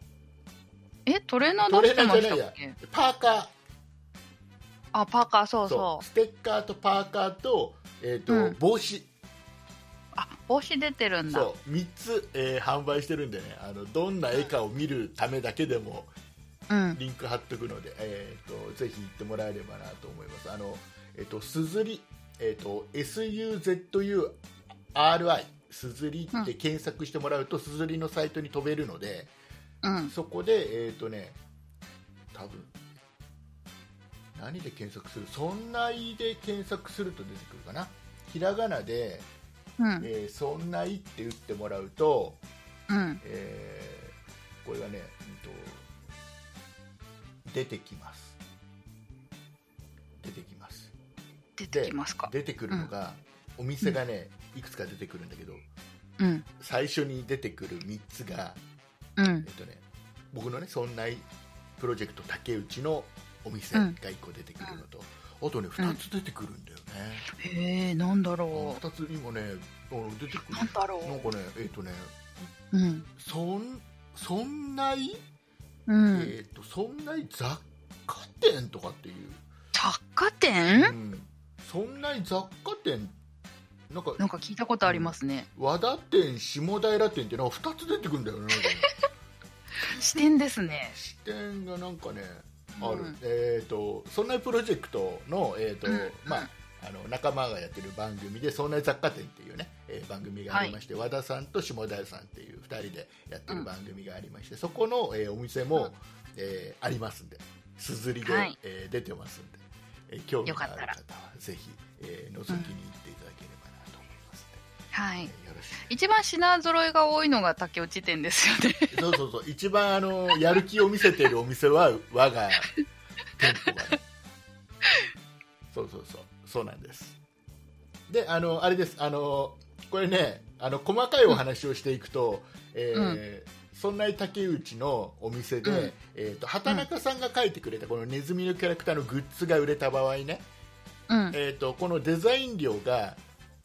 [SPEAKER 1] え、トレーナー出してま
[SPEAKER 2] トレーナーじゃな
[SPEAKER 1] した
[SPEAKER 2] いや
[SPEAKER 1] っけ
[SPEAKER 2] ーパーカー
[SPEAKER 1] あ、パーカー、そうそう。
[SPEAKER 2] ステッカーとパーカーと,、えーと
[SPEAKER 1] うん
[SPEAKER 2] 帽子
[SPEAKER 1] あ、帽子出てるんだ。
[SPEAKER 2] そう3つ、えー販売してるんでねあのどんな絵かを見るためだけでも
[SPEAKER 1] うん。
[SPEAKER 2] リンク貼っとくので、えー、とぜひ行ってもらえればなと思います。あのえっ、とすずりえっ、と S U Z U R I すずりって検索してもらうとすずりのサイトに飛べるので、
[SPEAKER 1] うん。
[SPEAKER 2] そこでえっ、とね多分何で検索する？そんないで検索すると出てくるかな。ひらがなで、
[SPEAKER 1] うん。
[SPEAKER 2] えーそんないって打ってもらうと、
[SPEAKER 1] うん。
[SPEAKER 2] えーこれがね、うんと、出てきます出てきます
[SPEAKER 1] 出てきますか。
[SPEAKER 2] 出てくるのが、お店がねいくつか出てくるんだけど
[SPEAKER 1] うん。
[SPEAKER 2] 最初に出てくる3つが、
[SPEAKER 1] うん
[SPEAKER 2] え。っとね、僕のね「そんないプロジェクト竹内」のお店が1個出てくるのと、あとね2つ出てくるんだよね、
[SPEAKER 1] へえ、なんだろ
[SPEAKER 2] 2つ今ねあの出てく
[SPEAKER 1] う。
[SPEAKER 2] る
[SPEAKER 1] なんだろ
[SPEAKER 2] なんかねえっ、とね
[SPEAKER 1] う。うん。
[SPEAKER 2] そんそんない
[SPEAKER 1] うん。
[SPEAKER 2] えー、とそんなに雑貨店とかっていう、
[SPEAKER 1] 雑貨
[SPEAKER 2] う
[SPEAKER 1] 店
[SPEAKER 2] ん、そんなに雑貨店なんか
[SPEAKER 1] なんか聞いたことありますね。
[SPEAKER 2] 和田店下平店ってなんか2つ出てくるんだよねなんかね
[SPEAKER 1] 視点ですね。
[SPEAKER 2] 支店がなんかねある、
[SPEAKER 1] うん
[SPEAKER 2] えっ、とそんなにプロジェクトのえっ、と、
[SPEAKER 1] うん
[SPEAKER 2] まああの仲間がやってる番組で「そんなに雑貨店」っていうね、えー番組がありまして、和田さんと下平さんっていう2人でやってる番組がありまして、そこの、えーお店も、
[SPEAKER 1] うん
[SPEAKER 2] えーありますんで硯で、
[SPEAKER 1] はい
[SPEAKER 2] えー出てますんで、えー興味
[SPEAKER 1] よ
[SPEAKER 2] が
[SPEAKER 1] か
[SPEAKER 2] あ
[SPEAKER 1] っ
[SPEAKER 2] る
[SPEAKER 1] たら
[SPEAKER 2] 方はぜひ、えー、覗きに行っていただければなと思います
[SPEAKER 1] はい
[SPEAKER 2] ので、えーよろしく
[SPEAKER 1] 一番品揃えが多いのが竹内店ですよね
[SPEAKER 2] そうそうそう一番あのやる気を見せているお店は我が店舗がねそうそうそうそうなんですであのあれですあのこれねあの細かいお話をしていくと、えーそんな竹内のお店で、
[SPEAKER 1] うん
[SPEAKER 2] えー、と畑中さんが描いてくれたこのネズミのキャラクターのグッズが売れた場合ね、
[SPEAKER 1] うん
[SPEAKER 2] えー、とこのデザイン料が、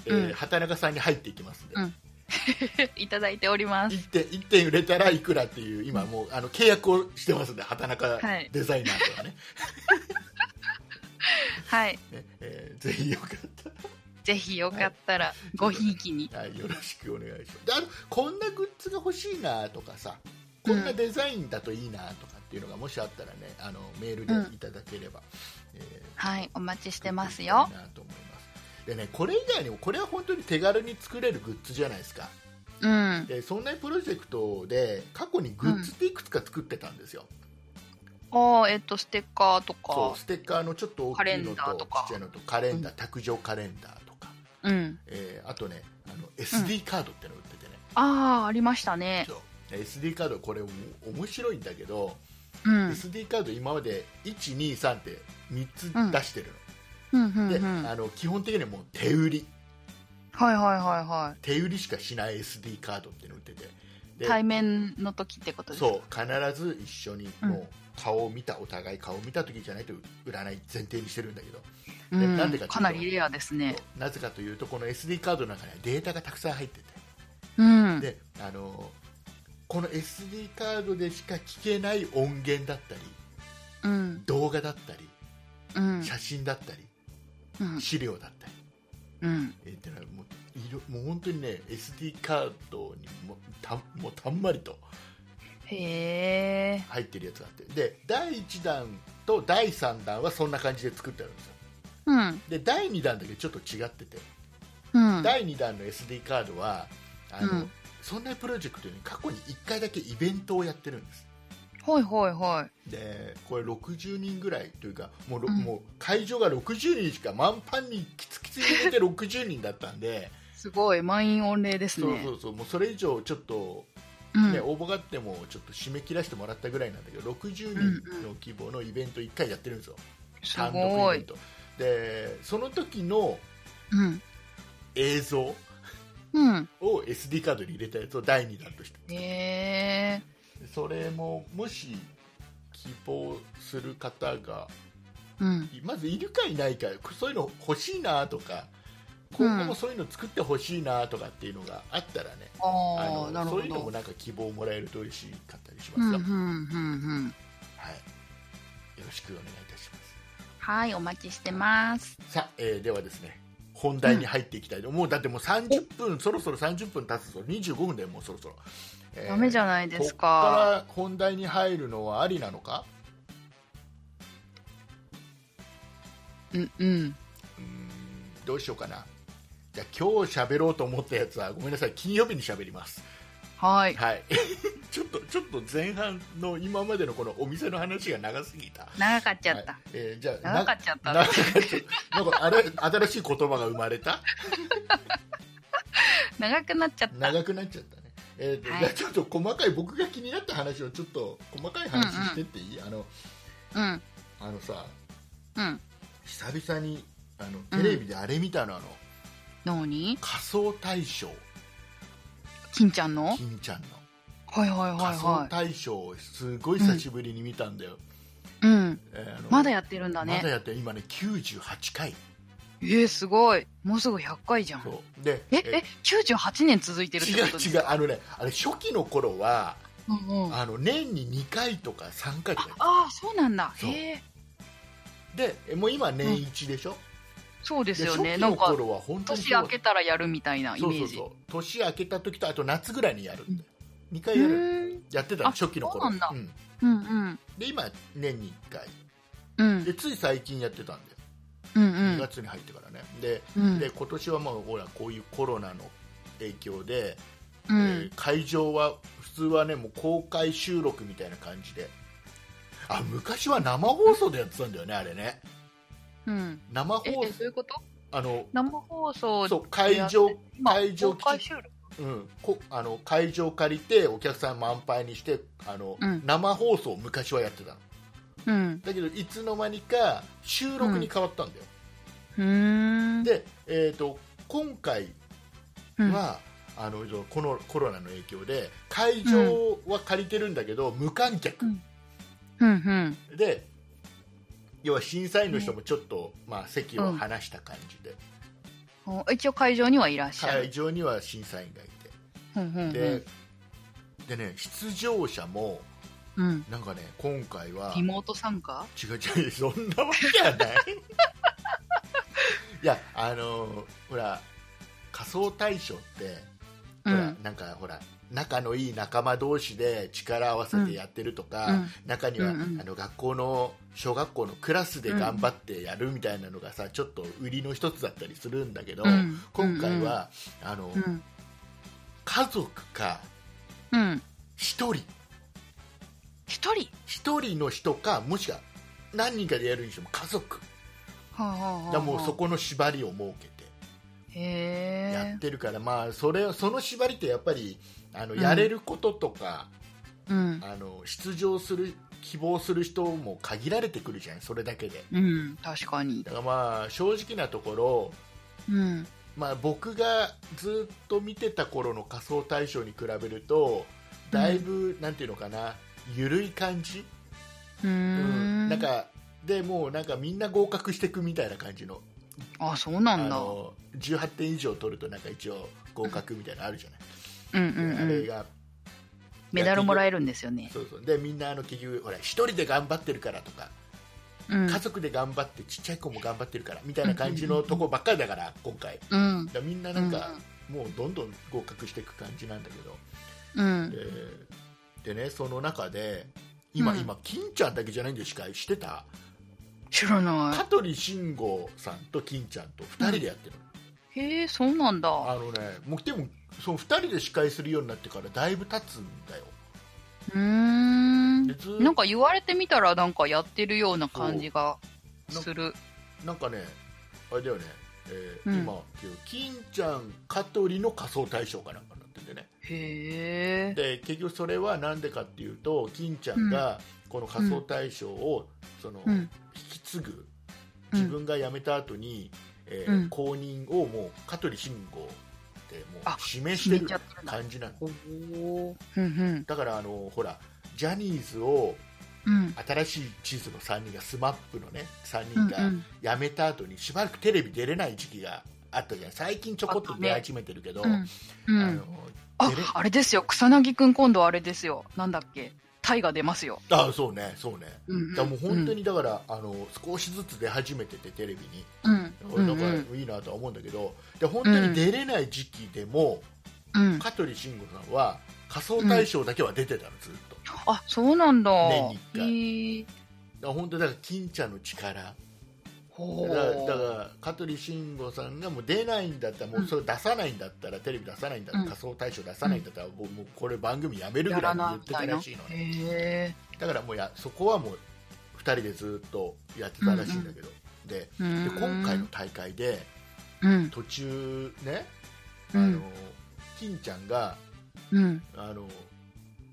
[SPEAKER 2] えー
[SPEAKER 1] うん
[SPEAKER 2] 畑中さんに入っていきますんで、
[SPEAKER 1] うん (laughs) いただいております
[SPEAKER 2] 1点1点売れたらいくらっていう今もうあの契約をしてますんで畑中
[SPEAKER 1] はい
[SPEAKER 2] デザイナーとはね、 (laughs)
[SPEAKER 1] はい
[SPEAKER 2] ねえーぜひよかった
[SPEAKER 1] ぜひよかったらごひいきに
[SPEAKER 2] ら、はい、よろしくお願いしますであのこんなグッズが欲しいなとかさこんなデザインだといいなとかっていうのがもしあったらねあのメールでいただければ、えー
[SPEAKER 1] はいお待ちしてます
[SPEAKER 2] 作っ
[SPEAKER 1] よ
[SPEAKER 2] ていきたいなと思いますでねこれ以外にもこれは本当に手軽に作れるグッズじゃないですか
[SPEAKER 1] うん
[SPEAKER 2] でそんなプロジェクトで過去にグッズっていくつか作ってたんですよ、
[SPEAKER 1] ああえっとステッカーと
[SPEAKER 2] そ
[SPEAKER 1] か
[SPEAKER 2] うステッカーのちょっと大きいの
[SPEAKER 1] カレンダー
[SPEAKER 2] と
[SPEAKER 1] と
[SPEAKER 2] ち
[SPEAKER 1] か
[SPEAKER 2] っちゃいのとカレンダー、卓上カレンダーとか、
[SPEAKER 1] うん
[SPEAKER 2] えーあとねあの SD カードっての売っててね、
[SPEAKER 1] ああありましたね
[SPEAKER 2] そうで SD カードこれも面白いんだけど、
[SPEAKER 1] うん
[SPEAKER 2] SD カード今まで123って3つ出してる
[SPEAKER 1] うんう
[SPEAKER 2] の、
[SPEAKER 1] んうん
[SPEAKER 2] で
[SPEAKER 1] はい
[SPEAKER 2] あの基本的にはもう手売り
[SPEAKER 1] はいは
[SPEAKER 2] 手売りしかしない SD カードっての売ってて
[SPEAKER 1] いは
[SPEAKER 2] で
[SPEAKER 1] い対面の時ってことですか
[SPEAKER 2] そう必ず一緒にもう顔を見た、お互い顔を見た時じゃないと売らない前提にしてるんだけど
[SPEAKER 1] う
[SPEAKER 2] で
[SPEAKER 1] ん
[SPEAKER 2] なんでかっていうと
[SPEAKER 1] かなりレアですね
[SPEAKER 2] なぜかというとこの SD カードの中にはデータがたくさん入ってて
[SPEAKER 1] うん
[SPEAKER 2] であのこの SD カードでしか聞けない音源だったり
[SPEAKER 1] うん
[SPEAKER 2] 動画だったり
[SPEAKER 1] うん
[SPEAKER 2] 写真だったり、
[SPEAKER 1] うん
[SPEAKER 2] 資料だったり、
[SPEAKER 1] うん
[SPEAKER 2] えーってのはもういろもう本当にね SD カードにもたもうたんまりと
[SPEAKER 1] へえ
[SPEAKER 2] 入ってるやつがあってで第1弾と第3弾はそんな感じで作ってあるんですよ
[SPEAKER 1] うん
[SPEAKER 2] で第2弾だけちょっと違ってて、
[SPEAKER 1] うん
[SPEAKER 2] 第2弾の SD カードはあの、
[SPEAKER 1] うん
[SPEAKER 2] そんなプロジェクトに過去に1回だけイベントをやってるんです
[SPEAKER 1] はいはいはい
[SPEAKER 2] でこれ60人ぐらいというかもう,、
[SPEAKER 1] うん
[SPEAKER 2] もう会場が60人しか満帆にきつきつに入れて60人だったんで
[SPEAKER 1] すごい満員御礼です
[SPEAKER 2] そう
[SPEAKER 1] ね
[SPEAKER 2] そうそうもうそれ以上ちょっと、
[SPEAKER 1] うん
[SPEAKER 2] ね応募があってもちょっと締め切らせてもらったぐらいなんだけど60人の規模のイベント1回やってるんですよ、
[SPEAKER 1] す
[SPEAKER 2] 単独
[SPEAKER 1] ご
[SPEAKER 2] イベン
[SPEAKER 1] い
[SPEAKER 2] トでその時の
[SPEAKER 1] うん
[SPEAKER 2] 映像
[SPEAKER 1] うん
[SPEAKER 2] を SD カードに入れたやつを第2弾として
[SPEAKER 1] へえ
[SPEAKER 2] それももし希望する方が
[SPEAKER 1] うん
[SPEAKER 2] まずいるかいないかそういうの欲しいなとか今後もそういうの作ってほしいなとかっていうのがあったらね、
[SPEAKER 1] ああなるほ
[SPEAKER 2] のそういうのも
[SPEAKER 1] ど
[SPEAKER 2] なんか希望もらえると嬉しかったりし
[SPEAKER 1] う
[SPEAKER 2] ま
[SPEAKER 1] ん
[SPEAKER 2] す
[SPEAKER 1] う
[SPEAKER 2] よ、
[SPEAKER 1] ん
[SPEAKER 2] はい、
[SPEAKER 1] うんうん
[SPEAKER 2] よろしくお願いいたしま
[SPEAKER 1] はいお待ちしてます
[SPEAKER 2] すさあ、えーではですね本題に入っていきたいと、もうだってもう30分そろそろ30分経つぞ25分だよもうそろそろ、えー
[SPEAKER 1] ダメじゃないです
[SPEAKER 2] こ
[SPEAKER 1] か
[SPEAKER 2] っから本題に入るのはありなのか
[SPEAKER 1] うんうん
[SPEAKER 2] うーんどうしようかなじゃあ今日喋ろうと思ったやつはごめんなさい金曜日に喋ります
[SPEAKER 1] はい
[SPEAKER 2] はい (laughs) ちょっとちょっと前半の今までのこのお店の話が長すぎた
[SPEAKER 1] 長かっちゃっ
[SPEAKER 2] は
[SPEAKER 1] た
[SPEAKER 2] いえーじゃあ
[SPEAKER 1] 長かっちゃった
[SPEAKER 2] ななんかあれ新しい言葉が生まれた
[SPEAKER 1] 長くなっちゃった
[SPEAKER 2] 長くなっちゃったねえーと
[SPEAKER 1] はい
[SPEAKER 2] じゃあちょっと細かい僕が気になった話をちょっと細かい話してっていい、あの
[SPEAKER 1] うん
[SPEAKER 2] あのさ
[SPEAKER 1] うん
[SPEAKER 2] 久々にあの
[SPEAKER 1] うん
[SPEAKER 2] テレビであれ見たの、あの
[SPEAKER 1] 何
[SPEAKER 2] 仮装大賞
[SPEAKER 1] 金ちゃんのはい
[SPEAKER 2] 金ちゃんの
[SPEAKER 1] はいはい
[SPEAKER 2] 仮装
[SPEAKER 1] は
[SPEAKER 2] 大賞をすごい久しぶりに見たんだよ、
[SPEAKER 1] いうん
[SPEAKER 2] えーあの
[SPEAKER 1] まだやってるんだ
[SPEAKER 2] まだ
[SPEAKER 1] ね
[SPEAKER 2] やってる今ね98回
[SPEAKER 1] えー、すごいもうすぐ100回じゃん
[SPEAKER 2] そうで
[SPEAKER 1] ええ98年続いてるって
[SPEAKER 2] 違う
[SPEAKER 1] ことです
[SPEAKER 2] 違うあのねあれ初期の頃は
[SPEAKER 1] うんうん、あ
[SPEAKER 2] あの年に2回とか3回とか
[SPEAKER 1] あーそうなんだ
[SPEAKER 2] そう
[SPEAKER 1] へえ
[SPEAKER 2] でもう今年1でしょ、
[SPEAKER 1] そうですよ
[SPEAKER 2] で
[SPEAKER 1] ね
[SPEAKER 2] 初期
[SPEAKER 1] な
[SPEAKER 2] の
[SPEAKER 1] んか
[SPEAKER 2] 頃は本当に
[SPEAKER 1] 年明けたらやるみたいなイ
[SPEAKER 2] そう
[SPEAKER 1] メ
[SPEAKER 2] そ
[SPEAKER 1] ー
[SPEAKER 2] う
[SPEAKER 1] ジ
[SPEAKER 2] そう年明けた時とあと夏ぐらいにやるんだよ2回
[SPEAKER 1] う
[SPEAKER 2] やる
[SPEAKER 1] ーん
[SPEAKER 2] やってたの
[SPEAKER 1] あ
[SPEAKER 2] 初期の頃
[SPEAKER 1] そうなんだうんうん
[SPEAKER 2] で今年に1回
[SPEAKER 1] うん
[SPEAKER 2] でつい最近やってたんだよ
[SPEAKER 1] うんう
[SPEAKER 2] 2
[SPEAKER 1] ん
[SPEAKER 2] 月に入ってからねで
[SPEAKER 1] うん
[SPEAKER 2] で今年はもうほらこういうコロナの影響で、
[SPEAKER 1] う
[SPEAKER 2] え
[SPEAKER 1] ん
[SPEAKER 2] ー会場は普通はねもう公開収録みたいな感じであ昔は生放送でやってたんだよねあれね
[SPEAKER 1] うん。
[SPEAKER 2] 生
[SPEAKER 1] え、え、
[SPEAKER 2] 放
[SPEAKER 1] どう
[SPEAKER 2] 送
[SPEAKER 1] いうこと
[SPEAKER 2] あの
[SPEAKER 1] 生放送
[SPEAKER 2] そう会場
[SPEAKER 1] 今
[SPEAKER 2] 会場
[SPEAKER 1] 公開収録
[SPEAKER 2] うん、こあの会場借りてお客さん満杯にしてあの、
[SPEAKER 1] うん
[SPEAKER 2] 生放送を昔はやってたの
[SPEAKER 1] うん。
[SPEAKER 2] だけどいつの間にか収録に変わったんだよ、
[SPEAKER 1] うーん。
[SPEAKER 2] で、えー、と今回
[SPEAKER 1] うん、
[SPEAKER 2] は、あのこのコロナの影響で会場は借りてるんだけど、無観客
[SPEAKER 1] うん、うん。
[SPEAKER 2] で要は審査員の人もちょっと、まあ、席を離した感じで、
[SPEAKER 1] お一応会場にはいらっしゃ
[SPEAKER 2] 会
[SPEAKER 1] る。
[SPEAKER 2] 場には審査員がい
[SPEAKER 1] うんうんうん
[SPEAKER 2] てで,、でね出場者も
[SPEAKER 1] うん。
[SPEAKER 2] なんかね今回は
[SPEAKER 1] リモート参加
[SPEAKER 2] 違う (laughs) 違うそんなわけは
[SPEAKER 1] (laughs)
[SPEAKER 2] ないいやあのほら仮装大賞ってほ
[SPEAKER 1] う
[SPEAKER 2] ら、
[SPEAKER 1] ん。
[SPEAKER 2] なんかほら仲のいい仲間同士で力を合わせてやってるとか、
[SPEAKER 1] うん
[SPEAKER 2] 中には、
[SPEAKER 1] うんうん
[SPEAKER 2] あの学校の小学校のクラスで頑張ってやるみたいなのがさ、ちょっと売りの一つだったりするんだけど、
[SPEAKER 1] うん
[SPEAKER 2] 今回は、あの
[SPEAKER 1] うん。
[SPEAKER 2] 家族か
[SPEAKER 1] うん。
[SPEAKER 2] 一人
[SPEAKER 1] 一人
[SPEAKER 2] 一人の人かもしくは何人かでやるにしても家族
[SPEAKER 1] はあはあはあはあ
[SPEAKER 2] だからもうそこの縛りを設けて。や
[SPEAKER 1] へ
[SPEAKER 2] ってるから、まあ、それその縛りってやっぱりあの
[SPEAKER 1] うん
[SPEAKER 2] やれることとか、
[SPEAKER 1] え。うん。
[SPEAKER 2] あの出場する希望する人も限られてくるじゃんそれだけで
[SPEAKER 1] うん。確かに。
[SPEAKER 2] だからまあ正直なところ、
[SPEAKER 1] うん。
[SPEAKER 2] まあ、僕がずっと見てた頃の仮想大賞に比べるとだいぶ、なんていうのかな緩い感じ、
[SPEAKER 1] うー
[SPEAKER 2] うん
[SPEAKER 1] ん。
[SPEAKER 2] なんかでもうなんかみんな合格していくみたいな感じの
[SPEAKER 1] あ、そうなんだ。
[SPEAKER 2] あ
[SPEAKER 1] う
[SPEAKER 2] の18点以上取るとなんか一応合格みたいなのあるじゃない、
[SPEAKER 1] んうん
[SPEAKER 2] あれ
[SPEAKER 1] うん。
[SPEAKER 2] が
[SPEAKER 1] メダルもらえるんですよね。
[SPEAKER 2] そうそうでみんなあの結局ほら一人で頑張ってるからとか、
[SPEAKER 1] うん
[SPEAKER 2] 家。族で頑張ってちっちゃい子も頑張ってるからみたいな感じのとこばっかりだから今回
[SPEAKER 1] うん。
[SPEAKER 2] だからみんななんか、もうどんどん合格していく感じなんだけど、
[SPEAKER 1] うん。
[SPEAKER 2] ででねその中で今、
[SPEAKER 1] うん
[SPEAKER 2] 今金ちゃんだけじゃないんで司会してた
[SPEAKER 1] 知らな
[SPEAKER 2] 香取慎吾さんと金ちゃんと2人でやってるの、
[SPEAKER 1] い。へえ、そうなんだ。
[SPEAKER 2] あのねもうでもその2人で司会するようになってからだいぶ経つんだよ
[SPEAKER 1] うーん。
[SPEAKER 2] でずーっと
[SPEAKER 1] なんか言われてみたらなんかやってるような感じがする。
[SPEAKER 2] なんかね、あれだよね、えー
[SPEAKER 1] うん
[SPEAKER 2] 今、金ちゃん、香取の仮装大賞かなんかになっててね、
[SPEAKER 1] へえ。
[SPEAKER 2] で結局それはなんでかっていうと、金ちゃんがこの仮装大賞を、その
[SPEAKER 1] うん。
[SPEAKER 2] 引き継ぐ、
[SPEAKER 1] うん
[SPEAKER 2] 自分が辞めた後に、えー
[SPEAKER 1] うん
[SPEAKER 2] 後任をもう香取慎吾でも
[SPEAKER 1] あ
[SPEAKER 2] う示して
[SPEAKER 1] 決
[SPEAKER 2] る
[SPEAKER 1] めちゃってるんだ
[SPEAKER 2] 感じなの。
[SPEAKER 1] おお。うんうん。
[SPEAKER 2] だからあのほらジャニーズを
[SPEAKER 1] うん。
[SPEAKER 2] 新しい地図の3人が SMAP のね3
[SPEAKER 1] う
[SPEAKER 2] 人
[SPEAKER 1] ん
[SPEAKER 2] が辞めた後にしばらくテレビ出れない時期があったじゃない最近ちょこっと出始めてるけど、
[SPEAKER 1] うん。う
[SPEAKER 2] あ
[SPEAKER 1] ん
[SPEAKER 2] の。
[SPEAKER 1] あ
[SPEAKER 2] テレ、
[SPEAKER 1] あれですよ。草薙くん今度あれですよ。なんだっけ。タイが出ますよ。
[SPEAKER 2] あそうねそうね
[SPEAKER 1] うんん
[SPEAKER 2] だからもう本当。にだから、あの少しずつ出始めててテレビに
[SPEAKER 1] うん。う
[SPEAKER 2] 俺
[SPEAKER 1] ん
[SPEAKER 2] だからいいなとは思うんだけどで本当に出れない時期でも、
[SPEAKER 1] うん。
[SPEAKER 2] 香取慎吾さんは仮装大賞だけは出てたのずっとだか
[SPEAKER 1] あ、そうなんだ。
[SPEAKER 2] 年に一
[SPEAKER 1] え
[SPEAKER 2] 回
[SPEAKER 1] ー。
[SPEAKER 2] ら本当だから金ちゃんの力
[SPEAKER 1] ほ
[SPEAKER 2] だ
[SPEAKER 1] う。
[SPEAKER 2] からだから香取慎吾さんがもう出ないんだったらもうそれ出さないんだったら、テレビ出さないんだったら、
[SPEAKER 1] うん
[SPEAKER 2] 仮装大賞出さないんだったら、もうもうこれ番組やめるぐらいに言ってたらしいのね
[SPEAKER 1] へえ。
[SPEAKER 2] だからもうやそこはもう2人でずっとやってたらしいんだけど、でで
[SPEAKER 1] で
[SPEAKER 2] 今回の。大会で
[SPEAKER 1] うん。
[SPEAKER 2] 途中ね、
[SPEAKER 1] う
[SPEAKER 2] あの
[SPEAKER 1] ん。
[SPEAKER 2] 金ちゃんが
[SPEAKER 1] うん。
[SPEAKER 2] あの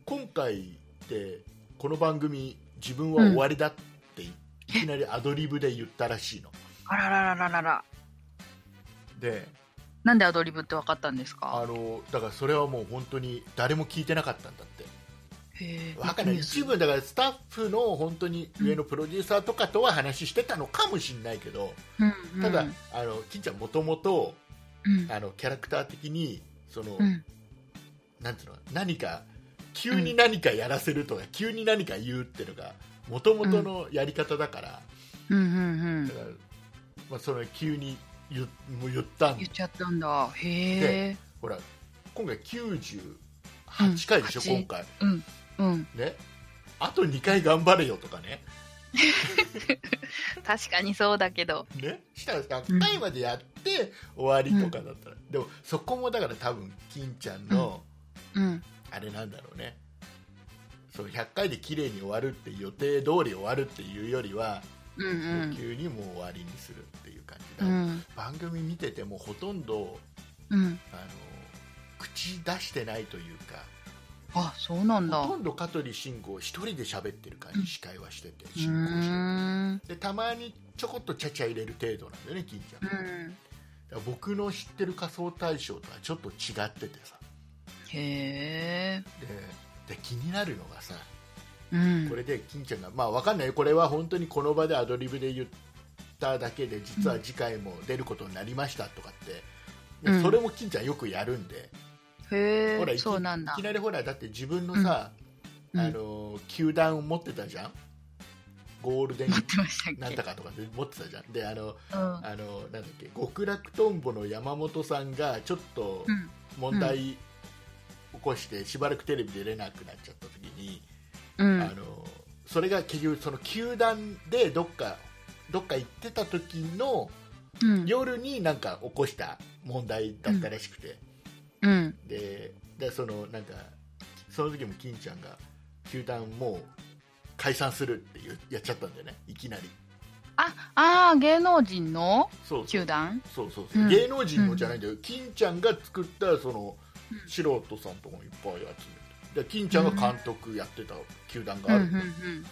[SPEAKER 2] 今回ってこの番組自分は終わりだっていきなりアドリブで言ったらしいの。
[SPEAKER 1] あらららららら。
[SPEAKER 2] で
[SPEAKER 1] なんでアドリブって分かったんですか
[SPEAKER 2] あのだからそれはもう本当に誰も聞いてなかったんだって
[SPEAKER 1] へえ。
[SPEAKER 2] わかんない一部だからスタッフの本当に上のプロデューサーとかとは話してたのかもしれないけど、
[SPEAKER 1] うん。
[SPEAKER 2] た
[SPEAKER 1] う
[SPEAKER 2] だ、
[SPEAKER 1] ん。
[SPEAKER 2] あの金ちゃんもともと
[SPEAKER 1] うん
[SPEAKER 2] あのキャラクター的にその、
[SPEAKER 1] うん。
[SPEAKER 2] なんていうの何か急に何かやらせるとか、急に何か言うっていうのがもともとのやり方だから,、
[SPEAKER 1] うんうんうん
[SPEAKER 2] だ。からまあ、それ急に言もう言ったん
[SPEAKER 1] 言っちゃったんだ。へえ。
[SPEAKER 2] ほら今回98回でしょ、
[SPEAKER 1] うん
[SPEAKER 2] 今回。
[SPEAKER 1] うん。
[SPEAKER 2] ね、あと2回頑張れよとかね
[SPEAKER 1] 確かにそうだけど。
[SPEAKER 2] ねしたら100回までやって終わりとかだったら、でもそこもだから多分金ちゃんの
[SPEAKER 1] うん。
[SPEAKER 2] あれなんだろうね、そう100回で綺麗に終わるって予定通り終わるっていうよりは
[SPEAKER 1] うんうん
[SPEAKER 2] 急にもう終わりにするっていう感じ
[SPEAKER 1] う
[SPEAKER 2] だ、
[SPEAKER 1] ん
[SPEAKER 2] 番組見ててもほとんど
[SPEAKER 1] うん
[SPEAKER 2] あの口出してないというか
[SPEAKER 1] あそうなんだ
[SPEAKER 2] ほと
[SPEAKER 1] うん
[SPEAKER 2] ど香取慎吾一人で喋ってる感
[SPEAKER 1] うん
[SPEAKER 2] じ司会はしてて
[SPEAKER 1] ー
[SPEAKER 2] 進行し
[SPEAKER 1] ん
[SPEAKER 2] ててでたまにちょこっとちゃちゃ入れる程度なんだよね金ちゃん、
[SPEAKER 1] う
[SPEAKER 2] だか
[SPEAKER 1] ん
[SPEAKER 2] ら僕の知ってる仮想大賞とはちょっと違っててさ
[SPEAKER 1] へえ
[SPEAKER 2] でで気になるのがさ
[SPEAKER 1] うん
[SPEAKER 2] これで金ちゃんが、まあ、わかんないよこれは本当にこの場でアドリブで言っただけで実は次回も出ることになりましたとかって、
[SPEAKER 1] うん
[SPEAKER 2] それも金ちゃんよくやるんで、
[SPEAKER 1] へ
[SPEAKER 2] ほらい
[SPEAKER 1] え
[SPEAKER 2] き
[SPEAKER 1] そうなん
[SPEAKER 2] い
[SPEAKER 1] だ
[SPEAKER 2] きなりほらだって自分のさ、
[SPEAKER 1] うん
[SPEAKER 2] あの球団を持ってたじゃんゴールデン
[SPEAKER 1] 持ってましたっ
[SPEAKER 2] なん
[SPEAKER 1] け
[SPEAKER 2] だかとかで持ってたじゃんであ
[SPEAKER 1] う
[SPEAKER 2] の
[SPEAKER 1] ん
[SPEAKER 2] あのなんだっけ極楽とんぼの山本さんがちょっと
[SPEAKER 1] うん
[SPEAKER 2] 問題起こしてしばらくテレビ出れなくなっちゃった時に、
[SPEAKER 1] うん
[SPEAKER 2] あのそれが結局その球団でどっかどっか行ってた時の
[SPEAKER 1] うん
[SPEAKER 2] 夜になんか起こした問題だったらしくて、
[SPEAKER 1] うん
[SPEAKER 2] ででそのなんかその時も金ちゃんが球団もう解散するって言うやっちゃったんだよねいきなり
[SPEAKER 1] ああー芸能人の
[SPEAKER 2] そうそう
[SPEAKER 1] 球団
[SPEAKER 2] そうそうそう
[SPEAKER 1] うん
[SPEAKER 2] 芸能人のじゃないんだよ、金ちゃんが作ったその
[SPEAKER 1] うん
[SPEAKER 2] 素人さんとかもいっぱい集めてで金ちゃんが監督やってた球団があるんだよ、
[SPEAKER 1] うん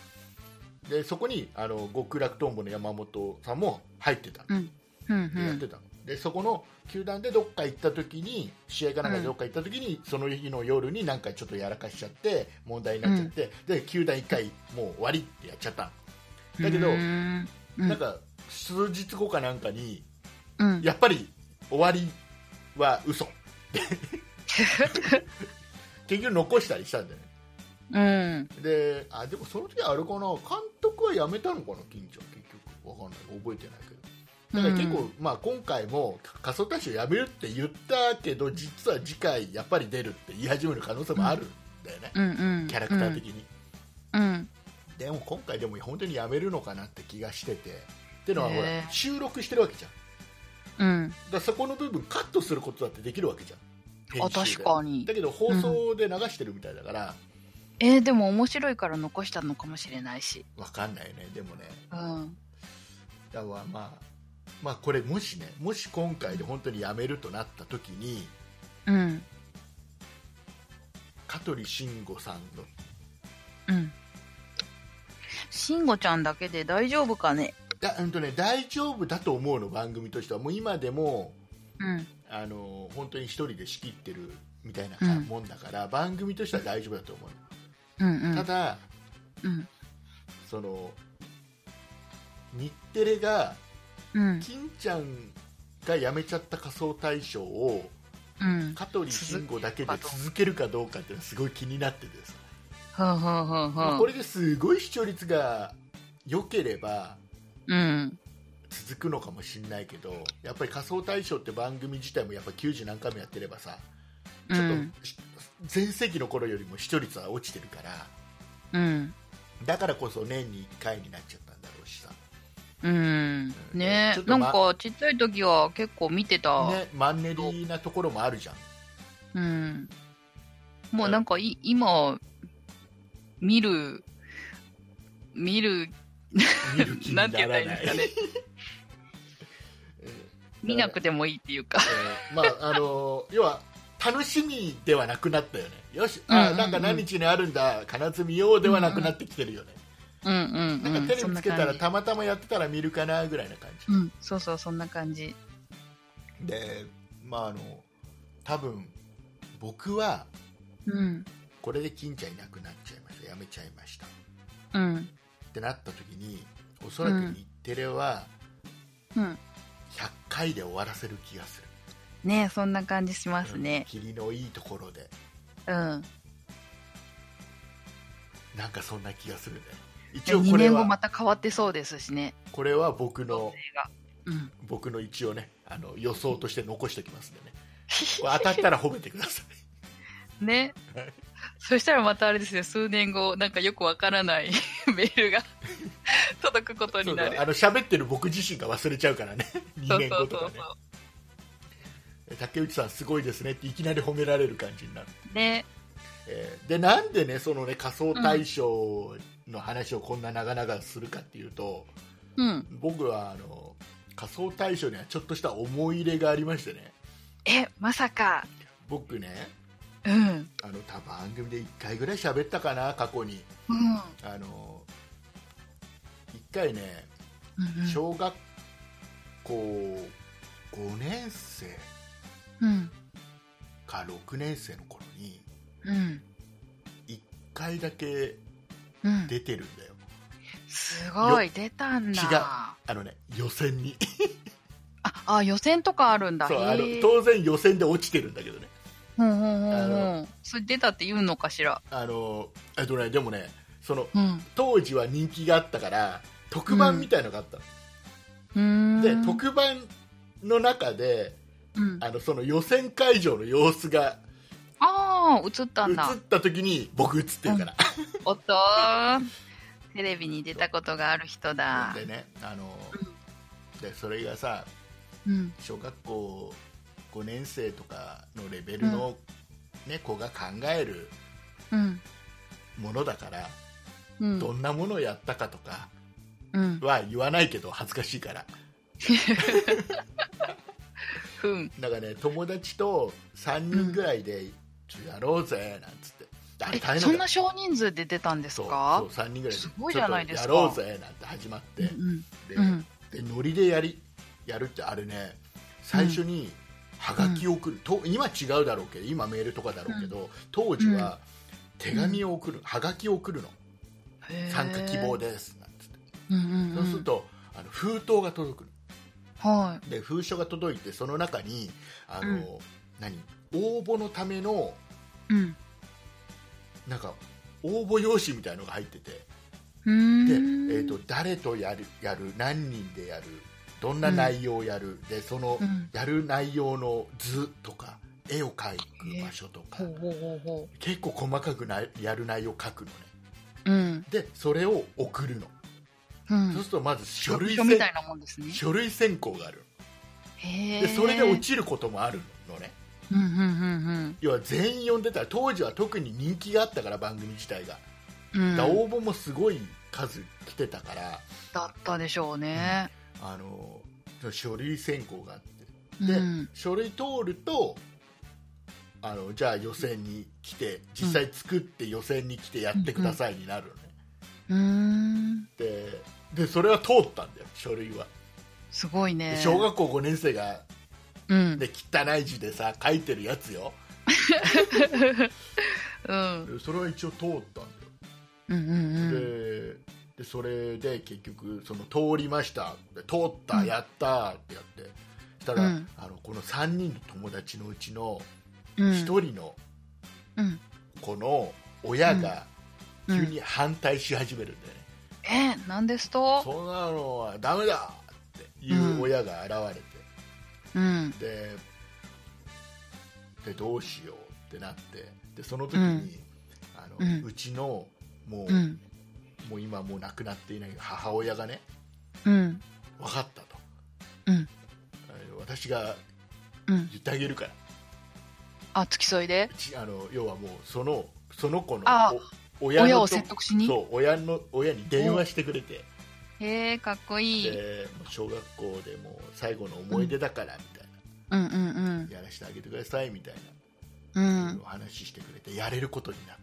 [SPEAKER 2] でそこにあの極楽とんぼの山本さんも入ってたの
[SPEAKER 1] うんうんう
[SPEAKER 2] でやっ
[SPEAKER 1] ん
[SPEAKER 2] てたの、でそこの球団でどっか行った時に試合かなんかでどっか行った時に、その日の夜になんかちょっとやらかしちゃって問題になっちゃって、で球団1回もう終わりってやっちゃった
[SPEAKER 1] うん
[SPEAKER 2] だけど
[SPEAKER 1] うん
[SPEAKER 2] の、なんか数日後かなんかに
[SPEAKER 1] うん
[SPEAKER 2] やっぱり終わりは
[SPEAKER 1] (laughs)
[SPEAKER 2] 嘘結局残したりしたんだよね
[SPEAKER 1] うん
[SPEAKER 2] であでもその時あれかな監督は辞めたのかな金ちゃん結局わかんない覚えてないけどだから結構、まあ、今回も仮想大賞やめるって言ったけど実は次回やっぱり出るって言い始める可能性もあるんだよね、
[SPEAKER 1] うんうん
[SPEAKER 2] キャラクター的に、
[SPEAKER 1] うん
[SPEAKER 2] でも今回でも本当にやめるのかなって気がしててっていうのは
[SPEAKER 1] へー
[SPEAKER 2] ほら収録してるわけじゃんだ
[SPEAKER 1] うん
[SPEAKER 2] からそこの部分カットすることだってできるわけじゃん
[SPEAKER 1] あ
[SPEAKER 2] 編集で
[SPEAKER 1] 確かに
[SPEAKER 2] だけど放送で流してるみたいだから、
[SPEAKER 1] えーでも面白いから残したのかもしれないし
[SPEAKER 2] わかんないねでもね
[SPEAKER 1] うん
[SPEAKER 2] だからまあまあこれもしねもし今回で本当にやめるとなった時に
[SPEAKER 1] うん
[SPEAKER 2] 香取慎吾さんの
[SPEAKER 1] うん慎吾ちゃんだけで大丈夫かね
[SPEAKER 2] だうんとね大丈夫だと思うの番組としてはもう今でも
[SPEAKER 1] うん
[SPEAKER 2] あの本当に一人で仕切ってるみたいなか
[SPEAKER 1] うん
[SPEAKER 2] もんだから、番組としては大丈夫だと思
[SPEAKER 1] う
[SPEAKER 2] う、
[SPEAKER 1] んう
[SPEAKER 2] た
[SPEAKER 1] ん
[SPEAKER 2] だ
[SPEAKER 1] うん
[SPEAKER 2] その日テレが
[SPEAKER 1] うん
[SPEAKER 2] 金ちゃんが辞めちゃった仮装大賞を
[SPEAKER 1] うん
[SPEAKER 2] 香取慎吾だけで続けるかどうかっていうのはすごい気になっててさ、
[SPEAKER 1] はあはあはあ
[SPEAKER 2] まあ
[SPEAKER 1] はあ
[SPEAKER 2] これですごい視聴率が良ければ
[SPEAKER 1] うん
[SPEAKER 2] 続くのかもしれないけどやっぱり仮装大賞って番組自体もやっぱ90何回もやってればさ
[SPEAKER 1] う
[SPEAKER 2] ちょっ
[SPEAKER 1] ん
[SPEAKER 2] とし全盛期の頃よりも視聴率は落ちてるから
[SPEAKER 1] うん
[SPEAKER 2] だからこそ年に1回になっちゃったんだろうしさ、
[SPEAKER 1] うんね
[SPEAKER 2] ちょっと
[SPEAKER 1] な
[SPEAKER 2] ま
[SPEAKER 1] んかちっちゃい時は結構見てた、
[SPEAKER 2] ね、マンネリなところもあるじゃん
[SPEAKER 1] うんもうなんかい今見る見る
[SPEAKER 2] 見る気にな
[SPEAKER 1] な
[SPEAKER 2] ら
[SPEAKER 1] んて言った
[SPEAKER 2] な
[SPEAKER 1] らいいんで
[SPEAKER 2] い
[SPEAKER 1] すかね
[SPEAKER 2] うん
[SPEAKER 1] 見なくてもいいっていうか
[SPEAKER 2] えーまああの要は楽しみではなくなったよねよしあ、
[SPEAKER 1] うんうんうん
[SPEAKER 2] なんか何日にあるんだ金津見ようではなくなってきてるよね、
[SPEAKER 1] うんうんうん
[SPEAKER 2] なんかテレ
[SPEAKER 1] そん
[SPEAKER 2] ビ
[SPEAKER 1] な
[SPEAKER 2] つけたら
[SPEAKER 1] 感じ
[SPEAKER 2] たまたまやってたら見るかなぐらいな感じ
[SPEAKER 1] うんそうそうそんな感じ
[SPEAKER 2] でまああの多分僕は
[SPEAKER 1] うん
[SPEAKER 2] これで金ちゃんいなくなっちゃいましたやめちゃいましたっ
[SPEAKER 1] うん
[SPEAKER 2] てなった時におそらく日テレは
[SPEAKER 1] うん
[SPEAKER 2] 100回で終わらせる気がする、
[SPEAKER 1] ねそんな感じしますね
[SPEAKER 2] 霧のいいところで
[SPEAKER 1] うん
[SPEAKER 2] なんかそんな気がするね一応
[SPEAKER 1] 2
[SPEAKER 2] これ
[SPEAKER 1] 年後
[SPEAKER 2] は
[SPEAKER 1] また変わってそうですしね
[SPEAKER 2] これは僕
[SPEAKER 1] 女
[SPEAKER 2] の
[SPEAKER 1] 性がうん
[SPEAKER 2] 僕の一応ねあの予想として残しておきますんで
[SPEAKER 1] (laughs)
[SPEAKER 2] ねこれ当たったら褒めてください
[SPEAKER 1] ね
[SPEAKER 2] はい。
[SPEAKER 1] そしたらまたあれですね、数年後、なんかよくわからない (laughs) メールが届くこと
[SPEAKER 2] そ
[SPEAKER 1] に
[SPEAKER 2] う
[SPEAKER 1] な
[SPEAKER 2] だ
[SPEAKER 1] る。
[SPEAKER 2] あの喋ってる僕自身が忘れちゃうからね2年後とかね竹内さんすごいですねっていきなり褒められる感じになる
[SPEAKER 1] う。ね。
[SPEAKER 2] えーでなんでねそのね仮想大賞の話をこんな長々するかっていうと、
[SPEAKER 1] うん。
[SPEAKER 2] 僕はあの仮装大賞にはちょっとした思い入れがありましてね
[SPEAKER 1] え、まさか。
[SPEAKER 2] 僕ね
[SPEAKER 1] うん。うん。
[SPEAKER 2] あの多分番組で1回ぐらい喋ったかな過去にあの1回ね
[SPEAKER 1] うん
[SPEAKER 2] 小学校5年生
[SPEAKER 1] うん。
[SPEAKER 2] か6年生の頃に
[SPEAKER 1] うん。
[SPEAKER 2] 1回だけ
[SPEAKER 1] うん。
[SPEAKER 2] 出てるんだよ
[SPEAKER 1] すごい、出たんだ。
[SPEAKER 2] 違う
[SPEAKER 1] あ、
[SPEAKER 2] あのね予選に
[SPEAKER 1] あ、予選とかあるんだ。
[SPEAKER 2] (laughs) そうあの
[SPEAKER 1] へえ
[SPEAKER 2] 当然予選で落ちてるんだけどね
[SPEAKER 1] うんうんうん
[SPEAKER 2] あ
[SPEAKER 1] う
[SPEAKER 2] の
[SPEAKER 1] ん。それ出たって言うのかしら。
[SPEAKER 2] あのえっとねでもねその
[SPEAKER 1] うん。
[SPEAKER 2] 当時は人気があったから特番みたいのがあったの、
[SPEAKER 1] うーん。
[SPEAKER 2] で特番の中で
[SPEAKER 1] うん。
[SPEAKER 2] あのその予選会場の様子が
[SPEAKER 1] ああ、映った
[SPEAKER 2] 映
[SPEAKER 1] んだ
[SPEAKER 2] っ。た時に僕映ってるから、
[SPEAKER 1] おっとーテレビに出たことがある人だ
[SPEAKER 2] (laughs) でねあのでそれがさ
[SPEAKER 1] うん
[SPEAKER 2] 小学校5年生とかのレベルの、ね子が考える
[SPEAKER 1] うん
[SPEAKER 2] ものだから、
[SPEAKER 1] う
[SPEAKER 2] ど
[SPEAKER 1] ん
[SPEAKER 2] んなものをやったかとか
[SPEAKER 1] うん
[SPEAKER 2] は言わないけど恥ずかしいから
[SPEAKER 1] ふん
[SPEAKER 2] なんかね友達と3人ぐらいで「ちょっとやろうぜ」なんつって「あれ
[SPEAKER 1] え
[SPEAKER 2] 大変だ
[SPEAKER 1] そんな少人数で出たんです
[SPEAKER 2] そう
[SPEAKER 1] か
[SPEAKER 2] そう3人ぐらいです
[SPEAKER 1] ごいじゃないですか
[SPEAKER 2] ちょっとやろうぜなんて始まって、
[SPEAKER 1] うん
[SPEAKER 2] で,、
[SPEAKER 1] うん
[SPEAKER 2] でノリでやりやるってあれね最初にはがきを送る、と今違うだろうけど今メールとかだろうけど、当時は手紙を送る、はがきを送るの
[SPEAKER 1] へー
[SPEAKER 2] 参加希望ですなんつって
[SPEAKER 1] うんうん
[SPEAKER 2] そうするとあの封筒が届く
[SPEAKER 1] は
[SPEAKER 2] ので封書が届いてその中にあの、
[SPEAKER 1] うん
[SPEAKER 2] 何応募のための
[SPEAKER 1] いうん
[SPEAKER 2] なんか応募用紙みたいのが入ってて
[SPEAKER 1] うーん
[SPEAKER 2] で、えー、と誰とやるやる何人でやるどんな内容をやる、でその
[SPEAKER 1] うん
[SPEAKER 2] やる内容の図とか絵を描く場所とか、
[SPEAKER 1] ほうほうほうほ
[SPEAKER 2] 結構細かくなやる内容を書くのね
[SPEAKER 1] ううん
[SPEAKER 2] でそれを送るの、
[SPEAKER 1] う
[SPEAKER 2] そうす
[SPEAKER 1] ん
[SPEAKER 2] るとまず書
[SPEAKER 1] 書
[SPEAKER 2] 類
[SPEAKER 1] 書
[SPEAKER 2] 選
[SPEAKER 1] みたいなもんですね
[SPEAKER 2] 書類選考がある
[SPEAKER 1] へえ
[SPEAKER 2] でそれで落ちることもあるのね
[SPEAKER 1] うんうんうん
[SPEAKER 2] 要は全員呼んでたら当時は特に人気があったから番組自体が、
[SPEAKER 1] うんうん
[SPEAKER 2] だから応募もすごい数来てたから
[SPEAKER 1] だったでしょうね
[SPEAKER 2] あのその書類選考があってで、
[SPEAKER 1] うん
[SPEAKER 2] 書類通るとあのじゃあ予選に来て実際作って予選に来てやってくださいになるのね、
[SPEAKER 1] うーん
[SPEAKER 2] ででそれは通ったんだよ書類は、
[SPEAKER 1] すごい
[SPEAKER 2] で
[SPEAKER 1] ね
[SPEAKER 2] 小学校5年生が、
[SPEAKER 1] うん
[SPEAKER 2] ね、汚い字でさ書いてるやつよ
[SPEAKER 1] うん
[SPEAKER 2] でそれは一応通ったんだよ
[SPEAKER 1] うんうんうん
[SPEAKER 2] ででそれで結局その通りましたで通った、
[SPEAKER 1] うん
[SPEAKER 2] やったってやってしたら、
[SPEAKER 1] うん
[SPEAKER 2] あのこの3人の友達のうちの
[SPEAKER 1] うん
[SPEAKER 2] 1人の
[SPEAKER 1] うん
[SPEAKER 2] 子の親が
[SPEAKER 1] うん
[SPEAKER 2] 急に反対し始めるんだよね、
[SPEAKER 1] えなんですと
[SPEAKER 2] そんなのはダメだっていう親が現れて、
[SPEAKER 1] うん
[SPEAKER 2] ででどうしようってなってでその時に、
[SPEAKER 1] う
[SPEAKER 2] うんあの
[SPEAKER 1] うん
[SPEAKER 2] うちのも
[SPEAKER 1] う
[SPEAKER 2] う,、
[SPEAKER 1] ん
[SPEAKER 2] もう今もう亡くなっていない母親がね
[SPEAKER 1] うん
[SPEAKER 2] 分かったと、
[SPEAKER 1] うん
[SPEAKER 2] あの私が
[SPEAKER 1] うん
[SPEAKER 2] 言ってあげるから
[SPEAKER 1] あ付き添いで
[SPEAKER 2] うちあの要はもうそのその子の
[SPEAKER 1] あ
[SPEAKER 2] お親の
[SPEAKER 1] 親を
[SPEAKER 2] と
[SPEAKER 1] 説得しに
[SPEAKER 2] そう親の親に電話してくれて。
[SPEAKER 1] へえかっこいい
[SPEAKER 2] でもう小学校でもう最後の思い出だからみたい
[SPEAKER 1] うんうん
[SPEAKER 2] な、やらせてあげてくださいみたい
[SPEAKER 1] うんう
[SPEAKER 2] な、
[SPEAKER 1] ん
[SPEAKER 2] お話ししてくれてやれることになっ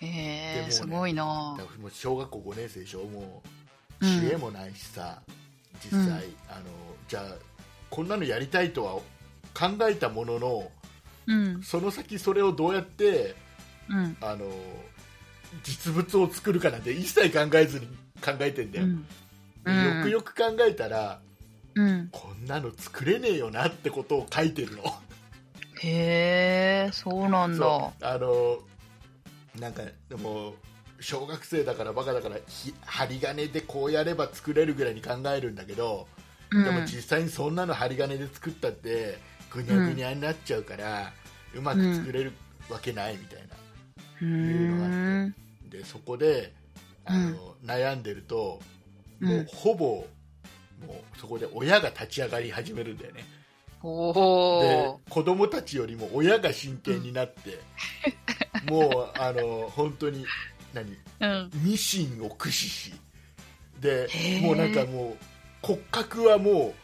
[SPEAKER 2] てで
[SPEAKER 1] へ
[SPEAKER 2] も
[SPEAKER 1] え
[SPEAKER 2] ね
[SPEAKER 1] すごい
[SPEAKER 2] だ
[SPEAKER 1] な
[SPEAKER 2] からもう小学校5年生でしょもう
[SPEAKER 1] うん
[SPEAKER 2] 知恵もないしさ、実際、あのじゃあこんなのやりたいとは考えたものの
[SPEAKER 1] うん
[SPEAKER 2] その先それをどうやって
[SPEAKER 1] うん
[SPEAKER 2] あの実物を作るかなんて一切考えずに考えてんだ
[SPEAKER 1] う
[SPEAKER 2] よ、
[SPEAKER 1] ん
[SPEAKER 2] でよくよく考えたら
[SPEAKER 1] うん
[SPEAKER 2] こんなの作れねえよなってことを書いてるの
[SPEAKER 1] へえそうなんだ
[SPEAKER 2] そうあのなんかでも小学生だからバカだからひ針金でこうやれば作れるぐらいに考えるんだけど、
[SPEAKER 1] うん
[SPEAKER 2] でも実際にそんなの針金で作ったってぐにゃぐにゃになっちゃうから、うまく作れるわけないみたいな、
[SPEAKER 1] う
[SPEAKER 2] いうのが
[SPEAKER 1] ーん
[SPEAKER 2] でそこであの、悩んでるとも
[SPEAKER 1] うん
[SPEAKER 2] うほぼもうそこで親が立ち上がり始めるんだよねで
[SPEAKER 1] おお
[SPEAKER 2] 子供たちよりも親が真剣に
[SPEAKER 1] (laughs)
[SPEAKER 2] なって、もうあの本当に何
[SPEAKER 1] うん
[SPEAKER 2] ミシンを駆使しで
[SPEAKER 1] へー
[SPEAKER 2] もうなんかもう骨格はも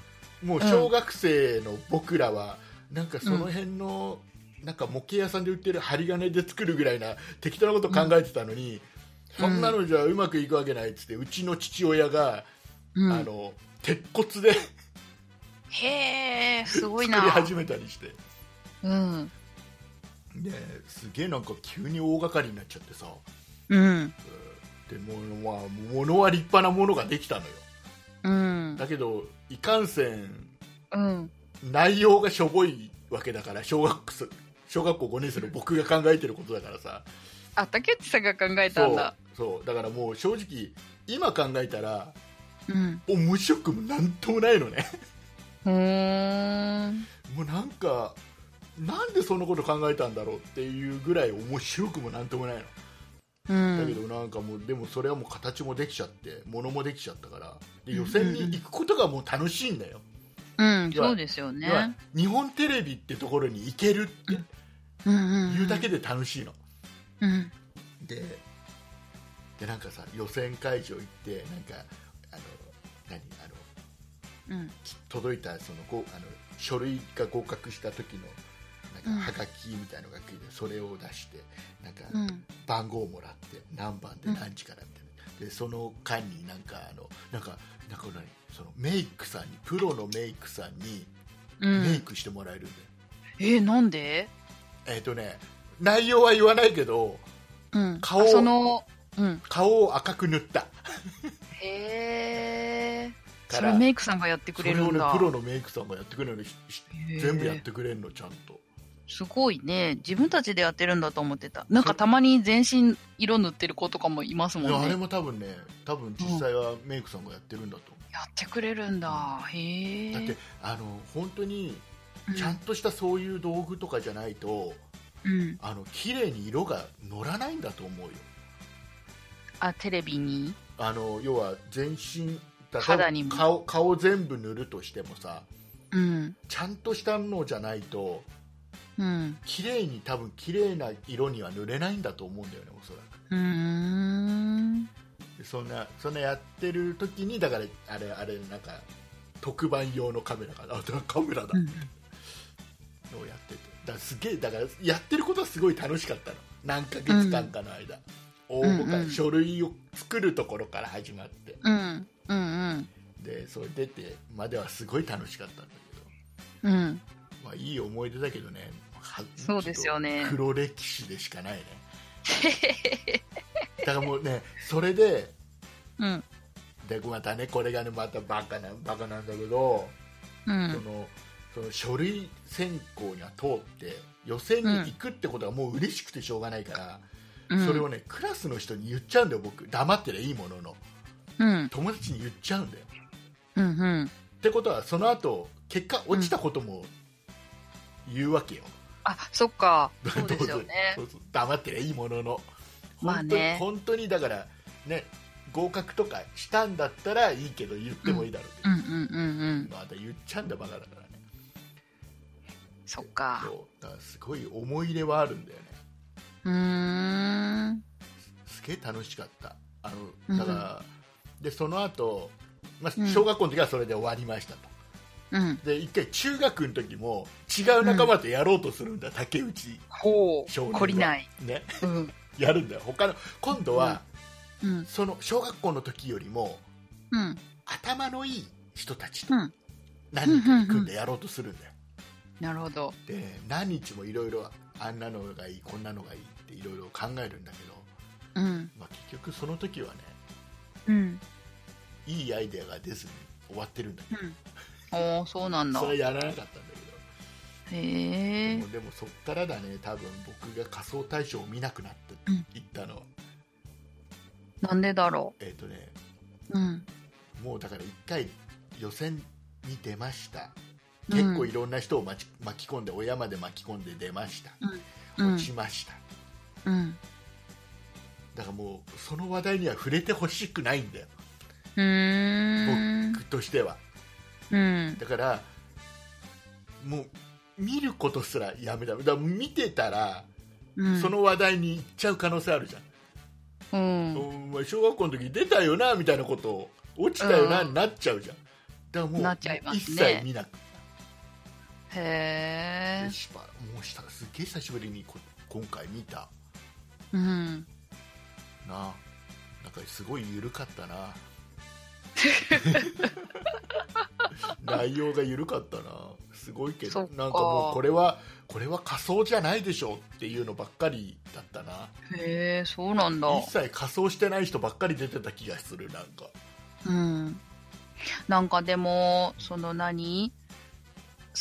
[SPEAKER 2] うもう小学生の僕らは、なんかその辺の、なんか模型屋さんで売ってる針金で作るぐらいな適当なこと考えてたのに、そんなのじゃうまくいくわけないっつってうちの父親が、
[SPEAKER 1] うん
[SPEAKER 2] あの鉄骨で
[SPEAKER 1] へえすご
[SPEAKER 2] 作
[SPEAKER 1] い
[SPEAKER 2] り
[SPEAKER 1] な
[SPEAKER 2] 始めたりして
[SPEAKER 1] うん
[SPEAKER 2] ですげえなんか急に大掛かりになっちゃってさ
[SPEAKER 1] うん
[SPEAKER 2] でもう、まあ、物は立派なものができたのよ
[SPEAKER 1] うん
[SPEAKER 2] だけどいかんせん
[SPEAKER 1] うん
[SPEAKER 2] 内容がしょぼいわけだから小学生小学校5年生の僕が考えてることだからさ
[SPEAKER 1] あ竹内さんが考えた
[SPEAKER 2] そ
[SPEAKER 1] ん
[SPEAKER 2] う
[SPEAKER 1] だ
[SPEAKER 2] そうだからもう正直今考えたら
[SPEAKER 1] うん
[SPEAKER 2] 面白くもなんともないのね
[SPEAKER 1] ふーん
[SPEAKER 2] もうなんかなんでそんなこと考えたんだろうっていうぐらい面白くもなんともないの、
[SPEAKER 1] う
[SPEAKER 2] だけ
[SPEAKER 1] ん
[SPEAKER 2] どなんかもうでもそれはもう形もできちゃって物もできちゃったからで予選に行くことがもう楽しいんだよ、
[SPEAKER 1] うんそうですよね
[SPEAKER 2] 要は日本テレビってところに行けるって
[SPEAKER 1] うんうん
[SPEAKER 2] いうだけで楽しいの、
[SPEAKER 1] うん
[SPEAKER 2] ででなんかさ予選会場行ってなんかあの何あの
[SPEAKER 1] うん
[SPEAKER 2] き届いたそのごあの書類が合格した時のなんかはがきみたいのが来て、それを出してなんか
[SPEAKER 1] うん
[SPEAKER 2] 番号をもらって何番で何時からみたいな、でその間になんかあのなんかなんか何そのメイクさんにプロのメイクさんに
[SPEAKER 1] う
[SPEAKER 2] メイ
[SPEAKER 1] ん
[SPEAKER 2] クしてもらえるんだよ、
[SPEAKER 1] えーなんで
[SPEAKER 2] えっ、とね内容は言わないけど
[SPEAKER 1] うん
[SPEAKER 2] 顔
[SPEAKER 1] あそのうん
[SPEAKER 2] 顔を赤く塗った
[SPEAKER 1] へえ
[SPEAKER 2] から
[SPEAKER 1] それメイクさんがやってく
[SPEAKER 2] そ
[SPEAKER 1] れ
[SPEAKER 2] れ
[SPEAKER 1] る
[SPEAKER 2] を
[SPEAKER 1] ん
[SPEAKER 2] ね
[SPEAKER 1] だ
[SPEAKER 2] プロのメイクさんがやってくれるのしし
[SPEAKER 1] へー
[SPEAKER 2] 全部やってくれるのちゃんと
[SPEAKER 1] すごいね自分たちでやってるんだと思ってたなんかたまに全身色塗ってる子とかもいますも
[SPEAKER 2] いや
[SPEAKER 1] ん
[SPEAKER 2] あれ
[SPEAKER 1] ね
[SPEAKER 2] も多分ね多分実際はメイクさんがやってるんだと思
[SPEAKER 1] やってくれるんだへ
[SPEAKER 2] う、
[SPEAKER 1] え
[SPEAKER 2] だってあの本当に
[SPEAKER 1] うん
[SPEAKER 2] ちゃんとしたそういう道具とかじゃないと、
[SPEAKER 1] うん
[SPEAKER 2] あの綺麗に色が乗らないんだと思うよ
[SPEAKER 1] あテレビに
[SPEAKER 2] あの要は全身だ
[SPEAKER 1] 肌にも
[SPEAKER 2] 顔顔全部塗るとしてもさ
[SPEAKER 1] うん
[SPEAKER 2] ちゃんとしたのじゃないと
[SPEAKER 1] うん
[SPEAKER 2] 綺麗に多分綺麗な色には塗れないんだと思うんだよねおそらく
[SPEAKER 1] うーん
[SPEAKER 2] でそんなそんなやってる時にだからあれあれなんか特番用のカメラかなあだからカメラだ、
[SPEAKER 1] うん
[SPEAKER 2] のをやっててだからすげえだからやってることはすごい楽しかったの何ヶ月間かの間、応募から、
[SPEAKER 1] うんうん
[SPEAKER 2] 書類を作るところから始まって
[SPEAKER 1] うんうん
[SPEAKER 2] でそれ出てまではすごい楽しかったんだ
[SPEAKER 1] うんうん
[SPEAKER 2] けど、まあ、いい思い出だけどねは
[SPEAKER 1] そうですよね
[SPEAKER 2] ちょっと黒歴史でしかないねだからもうねそれで
[SPEAKER 1] うん
[SPEAKER 2] でまたねこれがねまたバカなバカなんだけど、
[SPEAKER 1] う
[SPEAKER 2] そ
[SPEAKER 1] ん
[SPEAKER 2] のその書類選考には通って予選に行くってことがもう嬉しくてしょうがないから、
[SPEAKER 1] うん
[SPEAKER 2] それをねクラスの人に言っちゃうんだよ僕黙ってりゃいいものの
[SPEAKER 1] うん
[SPEAKER 2] 友達に言っちゃうんだよ
[SPEAKER 1] うんうん
[SPEAKER 2] ってことはその後結果落ちたことも言うわけよ、
[SPEAKER 1] あそっかそう
[SPEAKER 2] (laughs) ど
[SPEAKER 1] で
[SPEAKER 2] う
[SPEAKER 1] す
[SPEAKER 2] ぞ
[SPEAKER 1] よね
[SPEAKER 2] そうそう黙ってりゃいいものの
[SPEAKER 1] まあね
[SPEAKER 2] 本当に本当にだからね合格とかしたんだったらいいけど言ってもいいだろうけ
[SPEAKER 1] う
[SPEAKER 2] ど
[SPEAKER 1] んうんうんうん
[SPEAKER 2] また言っちゃうんだバカだからね
[SPEAKER 1] そっか
[SPEAKER 2] そうだからすごい思い入れはあるんだよね
[SPEAKER 1] うーん
[SPEAKER 2] すげえ楽しかったあ
[SPEAKER 1] うん
[SPEAKER 2] のだから、でその後、ま
[SPEAKER 1] う
[SPEAKER 2] あ
[SPEAKER 1] ん
[SPEAKER 2] 小学校の時はそれで終わりましたと、
[SPEAKER 1] うん
[SPEAKER 2] で一回中学の時も違う仲間とやろうとするんだ、竹内
[SPEAKER 1] ほ
[SPEAKER 2] 少年
[SPEAKER 1] う
[SPEAKER 2] は
[SPEAKER 1] 懲りない
[SPEAKER 2] ね
[SPEAKER 1] うん
[SPEAKER 2] やるんだよ他の今度は、
[SPEAKER 1] うん
[SPEAKER 2] その小学校の時よりも
[SPEAKER 1] うん
[SPEAKER 2] 頭のいい人たちと
[SPEAKER 1] うん
[SPEAKER 2] 何人か組んでやろうとするんだよ、
[SPEAKER 1] なるほど
[SPEAKER 2] で何日もいろいろあんなのがいいこんなのがいいっていろいろ考えるんだけど、
[SPEAKER 1] うん
[SPEAKER 2] まあ、結局その時はね
[SPEAKER 1] うん
[SPEAKER 2] いいアイデアが出ずに終わってるんだけ
[SPEAKER 1] おおそうなん
[SPEAKER 2] ど
[SPEAKER 1] だ
[SPEAKER 2] そ
[SPEAKER 1] へ
[SPEAKER 2] れはやらなかったんだけど、
[SPEAKER 1] え
[SPEAKER 2] もうでもそっからだね多分僕が仮装大賞を見なくなって
[SPEAKER 1] うん
[SPEAKER 2] いったのは、
[SPEAKER 1] なんでだろ
[SPEAKER 2] えっ、とね
[SPEAKER 1] ううん
[SPEAKER 2] もうだから1回予選に出ました
[SPEAKER 1] うん
[SPEAKER 2] 結構いろんな人を巻き巻き込んで親まで巻き込んで出ました、
[SPEAKER 1] うん
[SPEAKER 2] 落ちました
[SPEAKER 1] うん
[SPEAKER 2] だからもうその話題には触れてほしくないんだよ
[SPEAKER 1] うーん
[SPEAKER 2] 僕としては
[SPEAKER 1] うん
[SPEAKER 2] だからもう見ることすらやめただから見てたら
[SPEAKER 1] うん
[SPEAKER 2] その話題に行っちゃう可能性あるじゃん、
[SPEAKER 1] うん
[SPEAKER 2] お前小学校の時出たよなみたいなことを落ちたよな、
[SPEAKER 1] うん
[SPEAKER 2] なっちゃうじゃんだからもう
[SPEAKER 1] なっちゃいますね
[SPEAKER 2] 一切見なくて、
[SPEAKER 1] へえ。
[SPEAKER 2] しばもうしたすっげえ久しぶりにこ今回見た
[SPEAKER 1] うん。
[SPEAKER 2] ななんかすごい緩かっ
[SPEAKER 1] (laughs)
[SPEAKER 2] たな内容が緩かったなすごいけ
[SPEAKER 1] そ
[SPEAKER 2] ど
[SPEAKER 1] っか
[SPEAKER 2] なんかもうこれはこれは仮想じゃないでしょっていうのばっかりだったな
[SPEAKER 1] へえ、そうなんだ。
[SPEAKER 2] 一切仮装してない人ばっかり出てた気がするなんか
[SPEAKER 1] うん。なんかでも、その何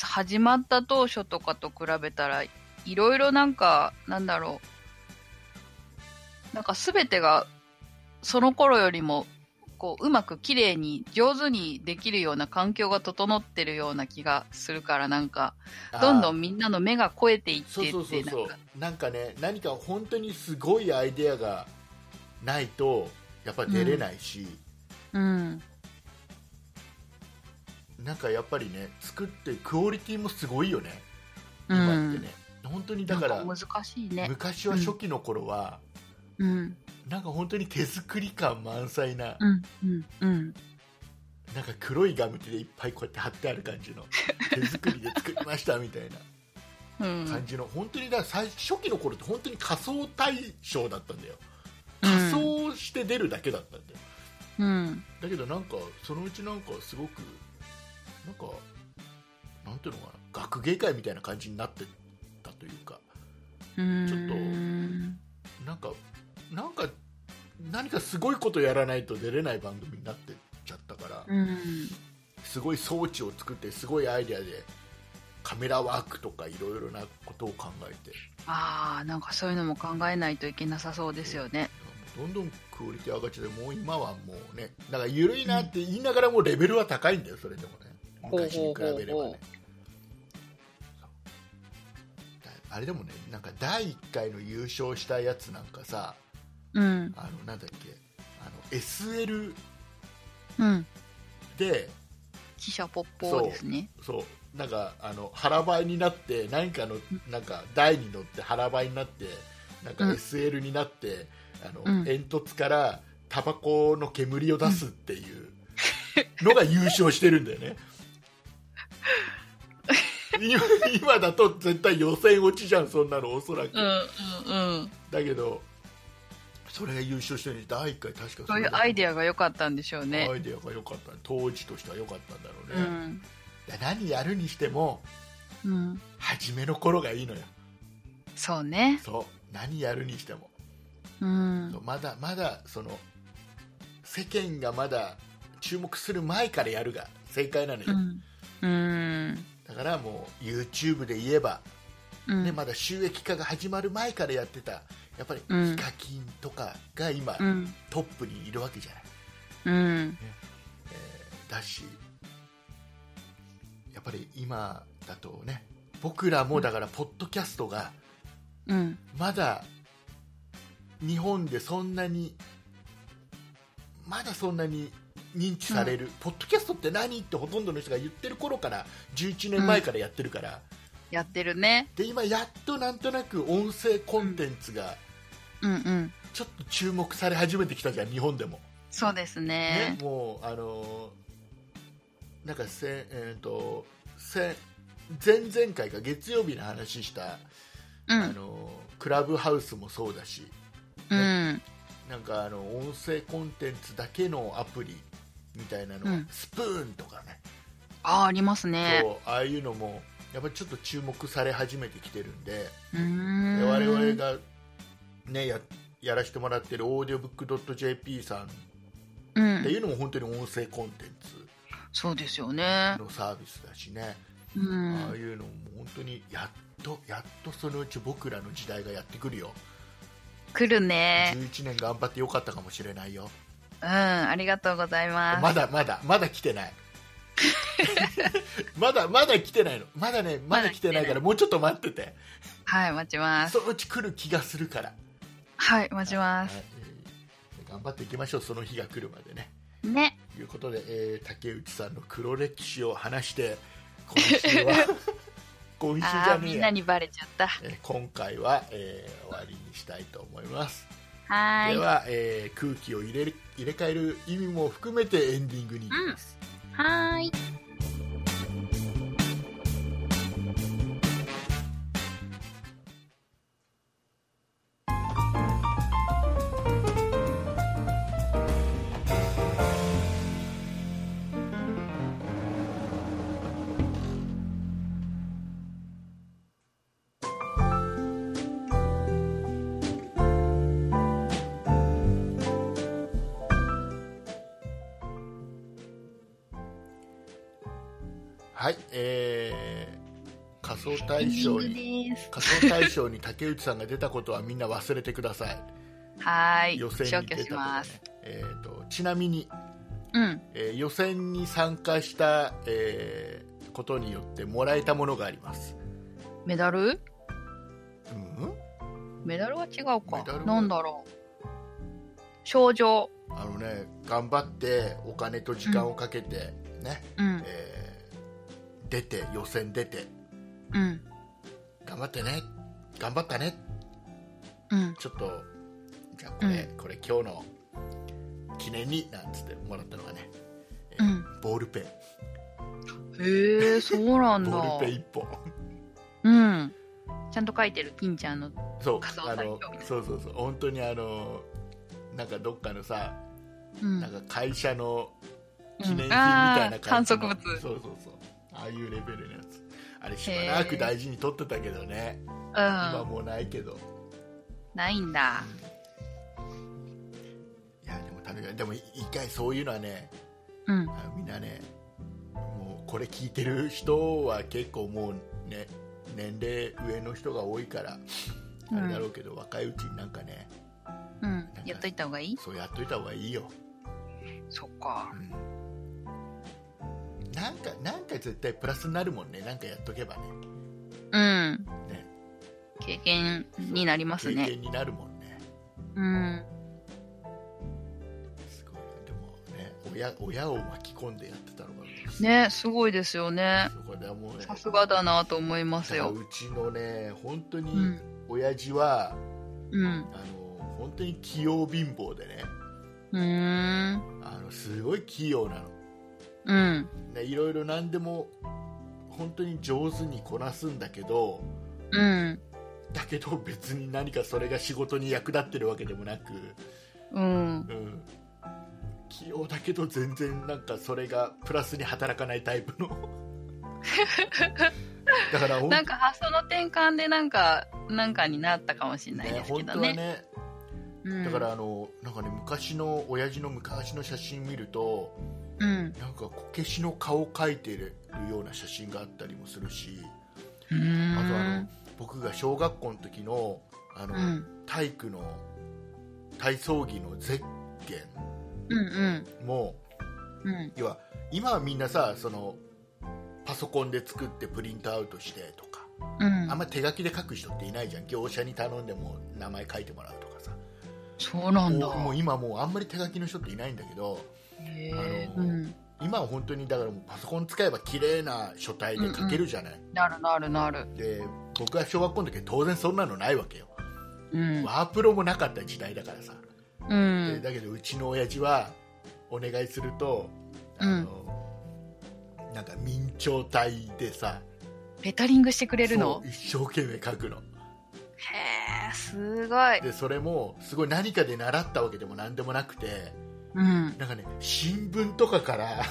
[SPEAKER 1] 始まった当初とかと比べたら、いろいろなんか、なんだろう。なんかすべてが、その頃よりも、こう、うまく綺麗に、上手にできるような環境が整ってるような気がするから、なんか、どんどんみんなの目が超えていって
[SPEAKER 2] そうそうそ
[SPEAKER 1] っ
[SPEAKER 2] う
[SPEAKER 1] て、
[SPEAKER 2] そ
[SPEAKER 1] なん
[SPEAKER 2] う
[SPEAKER 1] か、
[SPEAKER 2] なんかね何か本当にすごいアイデアがないとやっぱ出れないし、
[SPEAKER 1] うん。
[SPEAKER 2] なんかやっぱりね作ってクオリティもすごいよね
[SPEAKER 1] う
[SPEAKER 2] 今って
[SPEAKER 1] ん。
[SPEAKER 2] ね、本当にだ
[SPEAKER 1] なん
[SPEAKER 2] か
[SPEAKER 1] から難しいね。
[SPEAKER 2] 昔は初期の頃は、
[SPEAKER 1] うん。
[SPEAKER 2] なんか本当に手作り感満載な、
[SPEAKER 1] うん。うん。うん。
[SPEAKER 2] なんか黒いガムテでいっぱいこうやって貼ってある感
[SPEAKER 1] (laughs)
[SPEAKER 2] じの手作りで作りましたみたいな
[SPEAKER 1] うん。
[SPEAKER 2] 感じの、本当にだから最初期の頃って本当に仮装対象だったんだよ仮装して出るだけだったんだよ、
[SPEAKER 1] うん。
[SPEAKER 2] だけどなんかそのうちなんかすごくなんかなんていうのかな学芸会みたいな感じになってったというか
[SPEAKER 1] ちょ
[SPEAKER 2] っとなんかなんか何かすごいことやらないと出れない番組になってっちゃったから、
[SPEAKER 1] うん、
[SPEAKER 2] すごい装置を作ってすごいアイデアでカメラワークとかいろいろなことを考えて
[SPEAKER 1] ああなんかそういうのも考えないといけなさそうですよね
[SPEAKER 2] どんどんクオリティ上がっちゃってもう今はもうねだから緩いなって言いながらもレベルは高いんだよそれでもね昔に比べればね
[SPEAKER 1] ほうほうほうほう
[SPEAKER 2] だあれでもねなんか第1回の優勝したやつなんかさ
[SPEAKER 1] うん
[SPEAKER 2] あのなんだっけあの SL
[SPEAKER 1] うん
[SPEAKER 2] で
[SPEAKER 1] 記者ポッポーですね
[SPEAKER 2] そうなんかあの腹ばいになって何かのなんか台に乗って腹ばいになってなん
[SPEAKER 1] う
[SPEAKER 2] か
[SPEAKER 1] ん
[SPEAKER 2] SL になって、あの
[SPEAKER 1] うん
[SPEAKER 2] 煙突からタバコの煙を出すっていうのが優勝してるん
[SPEAKER 1] (laughs)
[SPEAKER 2] だよね今今だと絶対予選落ちじゃんそんなのおそらく、
[SPEAKER 1] うんうん
[SPEAKER 2] だけどそれが優勝してる第1回確か
[SPEAKER 1] そういうアイデアが良かったんでしょうね
[SPEAKER 2] アイデアが良かった当時としては良かったんだろう
[SPEAKER 1] う
[SPEAKER 2] ね、
[SPEAKER 1] ん
[SPEAKER 2] いや何やるにしても
[SPEAKER 1] うん
[SPEAKER 2] 初めの頃がいいのよ
[SPEAKER 1] そうね
[SPEAKER 2] そう何やるにしても、
[SPEAKER 1] うん
[SPEAKER 2] そうまだまだその世間がまだ注目する前からやるが正解なのよ、
[SPEAKER 1] うんうん
[SPEAKER 2] だからもう YouTube で言えば、
[SPEAKER 1] うん
[SPEAKER 2] ね、まだ収益化が始まる前からやってたやっぱり
[SPEAKER 1] うん
[SPEAKER 2] ヒカキンとかが今、
[SPEAKER 1] うん
[SPEAKER 2] トップにいるわけじゃない、
[SPEAKER 1] うん
[SPEAKER 2] えーだしやっぱり今だとね僕らもだからポッドキャストが、
[SPEAKER 1] うん
[SPEAKER 2] まだ日本でそんなにまだそんなに認知される、ポッドキャストって何ってほとんどの人が言ってる頃から11年前からやってるから、
[SPEAKER 1] やってるね
[SPEAKER 2] で今やっとなんとなく音声コンテンツが
[SPEAKER 1] うんうん
[SPEAKER 2] ちょっと注目され始めてきたじゃん日本でも、
[SPEAKER 1] そうですね
[SPEAKER 2] ね、もうあのーなんかせんえーとせん前々回か月曜日の話した、
[SPEAKER 1] う
[SPEAKER 2] あ
[SPEAKER 1] ん
[SPEAKER 2] のークラブハウスもそうだし、
[SPEAKER 1] うん
[SPEAKER 2] なんかあの音声コンテンツだけのアプリみたいなのは、
[SPEAKER 1] うん
[SPEAKER 2] スプーンとかね、
[SPEAKER 1] ああありますね
[SPEAKER 2] そうああいうのもやっぱりちょっと注目され始めてきてるんで、
[SPEAKER 1] うーん
[SPEAKER 2] で我々が、ね、ややらせてもらってるオーディオブックドット JP さんっ
[SPEAKER 1] う
[SPEAKER 2] て
[SPEAKER 1] ん
[SPEAKER 2] いうのも本当に音声コンテンツ
[SPEAKER 1] そうですよね
[SPEAKER 2] のサービスだしね、
[SPEAKER 1] う
[SPEAKER 2] ああ
[SPEAKER 1] ん
[SPEAKER 2] いうのも本当にやっとやっとそのうち僕らの時代がやってくるよ、
[SPEAKER 1] 来るね
[SPEAKER 2] 11年頑張ってよかったかもしれないよ
[SPEAKER 1] うん、ありがとうございます。
[SPEAKER 2] まだまだまだ来てない (laughs) まだまだ来てないのまだねまだ来てないからもうちょっと待ってて
[SPEAKER 1] はい、待ちます。
[SPEAKER 2] そのうち来る気がするから、
[SPEAKER 1] はい、待ちま
[SPEAKER 2] はい
[SPEAKER 1] す。
[SPEAKER 2] えー頑張っていきましょうその日が来るまでね
[SPEAKER 1] ね。
[SPEAKER 2] ということで、えー竹内さんの黒歴史を話して今週は
[SPEAKER 1] (laughs)
[SPEAKER 2] 今週じ
[SPEAKER 1] あ
[SPEAKER 2] ゃ
[SPEAKER 1] あー、み
[SPEAKER 2] ねえ
[SPEAKER 1] ん
[SPEAKER 2] や
[SPEAKER 1] なにバレちゃった。
[SPEAKER 2] えー今回は、えー終わりにしたいと思います
[SPEAKER 1] はーい。
[SPEAKER 2] では、えー空気を入れる入れ替える意味も含めてエンディングに行きます、
[SPEAKER 1] はーい。
[SPEAKER 2] はいえー仮想大
[SPEAKER 1] エン
[SPEAKER 2] 賞
[SPEAKER 1] ディン
[SPEAKER 2] に
[SPEAKER 1] グです。
[SPEAKER 2] 仮想大賞に竹内さんが出たことはみんな忘れてください
[SPEAKER 1] はーい。
[SPEAKER 2] 予選
[SPEAKER 1] 消
[SPEAKER 2] に
[SPEAKER 1] 去
[SPEAKER 2] 出た
[SPEAKER 1] し
[SPEAKER 2] と
[SPEAKER 1] ま
[SPEAKER 2] か、
[SPEAKER 1] す。
[SPEAKER 2] えー、とちなみに、
[SPEAKER 1] うん。
[SPEAKER 2] えー予選に参加した、えーことによってもらえたものがあります、
[SPEAKER 1] メダル
[SPEAKER 2] うん、
[SPEAKER 1] メダルは違う
[SPEAKER 2] メダル
[SPEAKER 1] か。
[SPEAKER 2] は
[SPEAKER 1] なんだろう。賞状。
[SPEAKER 2] あのね頑張ってお金と時間をかけて、ね
[SPEAKER 1] うん。
[SPEAKER 2] えー出て予選出て
[SPEAKER 1] うん。
[SPEAKER 2] 頑張ってね頑張ったね
[SPEAKER 1] うん。
[SPEAKER 2] ちょっとじゃあこれ、これ今日の記念になんつってもらったのがね
[SPEAKER 1] うん。
[SPEAKER 2] ボールペン
[SPEAKER 1] へ
[SPEAKER 2] (laughs)
[SPEAKER 1] え、そうなんだ。
[SPEAKER 2] ボールペン1本
[SPEAKER 1] うん。ちゃんと書いてる、金ちゃんの。
[SPEAKER 2] そう
[SPEAKER 1] 仮想
[SPEAKER 2] あ
[SPEAKER 1] 大賞
[SPEAKER 2] のそうそうそう本当にあのなんかどっかのさ
[SPEAKER 1] うん。
[SPEAKER 2] なんか会社の記念品み
[SPEAKER 1] あ
[SPEAKER 2] たい
[SPEAKER 1] あ
[SPEAKER 2] な
[SPEAKER 1] ー
[SPEAKER 2] 感
[SPEAKER 1] 観
[SPEAKER 2] じの、
[SPEAKER 1] 測物。
[SPEAKER 2] そうそうそうああいうレベルのやつあれしばらく大事に取ってたけどね今
[SPEAKER 1] うん。
[SPEAKER 2] もうないけど
[SPEAKER 1] ないんだ。
[SPEAKER 2] いやでも楽しいでもい一回そういうのはね
[SPEAKER 1] うん。
[SPEAKER 2] あのみんなねもうこれ聞いてる人は結構もうね年齢上の人が多いからあ
[SPEAKER 1] うん
[SPEAKER 2] れだろうけど、若いうちになんかね
[SPEAKER 1] うん。やっといた方がいい
[SPEAKER 2] そうやっといた方がいいよ、
[SPEAKER 1] そっか
[SPEAKER 2] う。ん、なんかなんか絶対プラスになるもんねなんかやっとけばね
[SPEAKER 1] うん。
[SPEAKER 2] ね
[SPEAKER 1] 経験になります
[SPEAKER 2] 経
[SPEAKER 1] ね。
[SPEAKER 2] 験になるもんね
[SPEAKER 1] うん。
[SPEAKER 2] すごいでもね親親を巻き込んでやってたのが
[SPEAKER 1] ね、すごいですよね。
[SPEAKER 2] そこではもうね
[SPEAKER 1] さすがだなと思います
[SPEAKER 2] だから
[SPEAKER 1] よ。
[SPEAKER 2] うちのね本当
[SPEAKER 1] う
[SPEAKER 2] に
[SPEAKER 1] ん。
[SPEAKER 2] 親父は、
[SPEAKER 1] うん。
[SPEAKER 2] あの本当に器用貧乏でね
[SPEAKER 1] うーん。
[SPEAKER 2] あのすごい器用なの、
[SPEAKER 1] うん。
[SPEAKER 2] ね、いろいろ何でも本当に上手にこなすんだけど
[SPEAKER 1] うん。
[SPEAKER 2] だけど別に何かそれが仕事に役立ってるわけでもなく、
[SPEAKER 1] うん。
[SPEAKER 2] うん、器用だけど全然なんかそれがプラスに働かないタイプ
[SPEAKER 1] (laughs)
[SPEAKER 2] のだからほん
[SPEAKER 1] なんか発想の転換でなんか、なんかになったかもしれない
[SPEAKER 2] ね
[SPEAKER 1] ですけ
[SPEAKER 2] 本
[SPEAKER 1] ど
[SPEAKER 2] 当は
[SPEAKER 1] ね。
[SPEAKER 2] ね
[SPEAKER 1] うん
[SPEAKER 2] だからあのなんかね昔の親父の昔の写真見ると
[SPEAKER 1] うん。
[SPEAKER 2] なんかこけしの顔を描いてるような写真があったりもするし
[SPEAKER 1] うー
[SPEAKER 2] あとあの
[SPEAKER 1] ん。
[SPEAKER 2] 僕が小学校の時のあの、
[SPEAKER 1] うん
[SPEAKER 2] 体育の体操着のゼッケ
[SPEAKER 1] うん
[SPEAKER 2] ンも
[SPEAKER 1] うん。うん。
[SPEAKER 2] 要は今はみんなさそのパソコンで作ってプリントアウトしてとか
[SPEAKER 1] うん
[SPEAKER 2] あんま手書きで書く人っていないじゃん業者に頼んでも名前書いてもらうとかさ
[SPEAKER 1] そうなんだ
[SPEAKER 2] もう。もう今もうあんまり手書きの人っていないんだけど
[SPEAKER 1] へえ。
[SPEAKER 2] あ
[SPEAKER 1] う
[SPEAKER 2] の
[SPEAKER 1] ん。
[SPEAKER 2] 今は本当にだからもうパソコン使えば綺麗な書体で書けるじゃない、
[SPEAKER 1] なるなるなる。
[SPEAKER 2] で僕が小学校の時は当然そんなのないわけよ、
[SPEAKER 1] うん。
[SPEAKER 2] ワープロもなかった時代だからさ、
[SPEAKER 1] う
[SPEAKER 2] で
[SPEAKER 1] ん。
[SPEAKER 2] だけどうちの親父はお願いするとあの、なんか明朝体でさ
[SPEAKER 1] ペタリングしてくれる
[SPEAKER 2] そ
[SPEAKER 1] の
[SPEAKER 2] う一生懸命書くの
[SPEAKER 1] へえ、すごい。
[SPEAKER 2] でそれもすごい何かで習ったわけでも何でもなくて
[SPEAKER 1] うん。
[SPEAKER 2] なんかね新聞とかから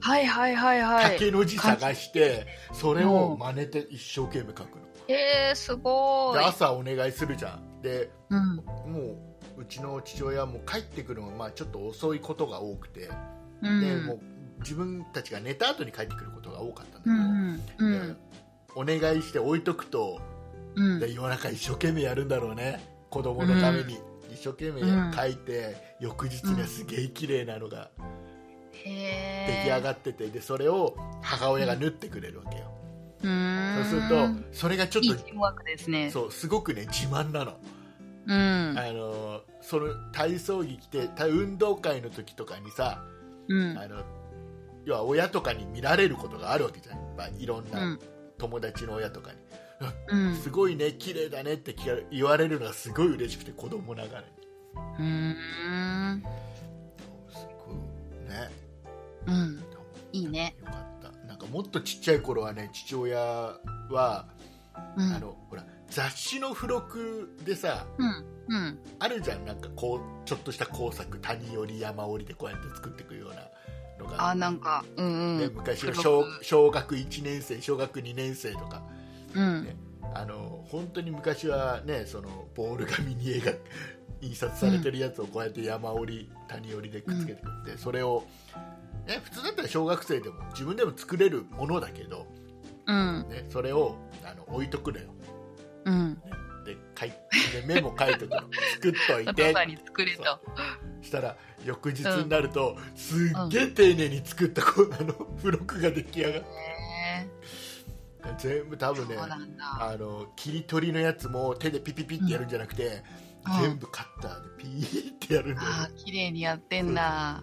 [SPEAKER 1] はいはいはいはい。
[SPEAKER 2] 竹の字探してそれを真似て一生懸命書くの、
[SPEAKER 1] へえ、すご
[SPEAKER 2] で
[SPEAKER 1] い。
[SPEAKER 2] 朝お願いするじゃんで
[SPEAKER 1] うん。
[SPEAKER 2] もううちの父親も帰ってくるのがまあちょっと遅いことが多くて、
[SPEAKER 1] う
[SPEAKER 2] でも
[SPEAKER 1] ん。
[SPEAKER 2] う自分たちが寝た後に帰ってくることが多かったんだけ
[SPEAKER 1] う
[SPEAKER 2] ど、
[SPEAKER 1] ん。うん。
[SPEAKER 2] でお願いして置いとくと、
[SPEAKER 1] うん。
[SPEAKER 2] で夜中一生懸命やるんだろうね子供のために、一生懸命
[SPEAKER 1] うん
[SPEAKER 2] 書いて、翌日
[SPEAKER 1] う
[SPEAKER 2] ね
[SPEAKER 1] ん
[SPEAKER 2] すげえ綺麗なのが
[SPEAKER 1] へ
[SPEAKER 2] 出
[SPEAKER 1] え。
[SPEAKER 2] 来上がってて、でそれを母親が縫ってくれるわけよ、
[SPEAKER 1] うーん。
[SPEAKER 2] そうするとそれがちょっ
[SPEAKER 1] い
[SPEAKER 2] と
[SPEAKER 1] いチームワークですね。
[SPEAKER 2] そうすごくね自慢なの,、
[SPEAKER 1] うん。
[SPEAKER 2] あのその体操着着て体運動会の時とかにさ、
[SPEAKER 1] うん。
[SPEAKER 2] あの要は親とかに見られることがあるわけじゃんいっぱいいろん
[SPEAKER 1] う。
[SPEAKER 2] なん友達の親とかに、
[SPEAKER 1] うん。
[SPEAKER 2] すごいね綺麗だねって聞かれ言われるのがすごい嬉しくて子供ながらに
[SPEAKER 1] うーん。
[SPEAKER 2] すごいね
[SPEAKER 1] うん。いいね。
[SPEAKER 2] よかったなんかもっとちっちゃい頃はね父親は、
[SPEAKER 1] う
[SPEAKER 2] あ
[SPEAKER 1] ん。
[SPEAKER 2] のほら雑誌の付録でさ
[SPEAKER 1] うん。
[SPEAKER 2] あるじゃんなんかこうちょっとした工作谷折り山折りでこうやって作っていくようなのが
[SPEAKER 1] あ、なんか、うんう
[SPEAKER 2] ね、
[SPEAKER 1] ん。
[SPEAKER 2] 昔の
[SPEAKER 1] 付
[SPEAKER 2] 小
[SPEAKER 1] 録
[SPEAKER 2] 小学1年生小学2年生とか
[SPEAKER 1] うん。
[SPEAKER 2] あの本当に昔はねそのボール紙に絵が (laughs) 印刷されてるやつをこうやって山折り谷折りでくっつけてくって、それを、ね、普通だったら小学生でも自分でも作れるものだけど、
[SPEAKER 1] うん。
[SPEAKER 2] ね、それをあの置いとくのよ
[SPEAKER 1] うん。
[SPEAKER 2] でかいでメモ書い
[SPEAKER 1] (laughs)
[SPEAKER 2] とくの作っとい
[SPEAKER 1] お
[SPEAKER 2] て
[SPEAKER 1] 父さんに作れと。
[SPEAKER 2] したら翌日になると、すっげえ丁寧に作ったこうあの付録が出来上が
[SPEAKER 1] へ
[SPEAKER 2] って全部多
[SPEAKER 1] ー
[SPEAKER 2] 分ね
[SPEAKER 1] そうなんだ。
[SPEAKER 2] あの切り取りのやつも手でピピピってやるんじゃなくて、
[SPEAKER 1] うん
[SPEAKER 2] 全部カッターでピーってやるんだよ
[SPEAKER 1] あ
[SPEAKER 2] ね、
[SPEAKER 1] あ、綺麗にやってんだ。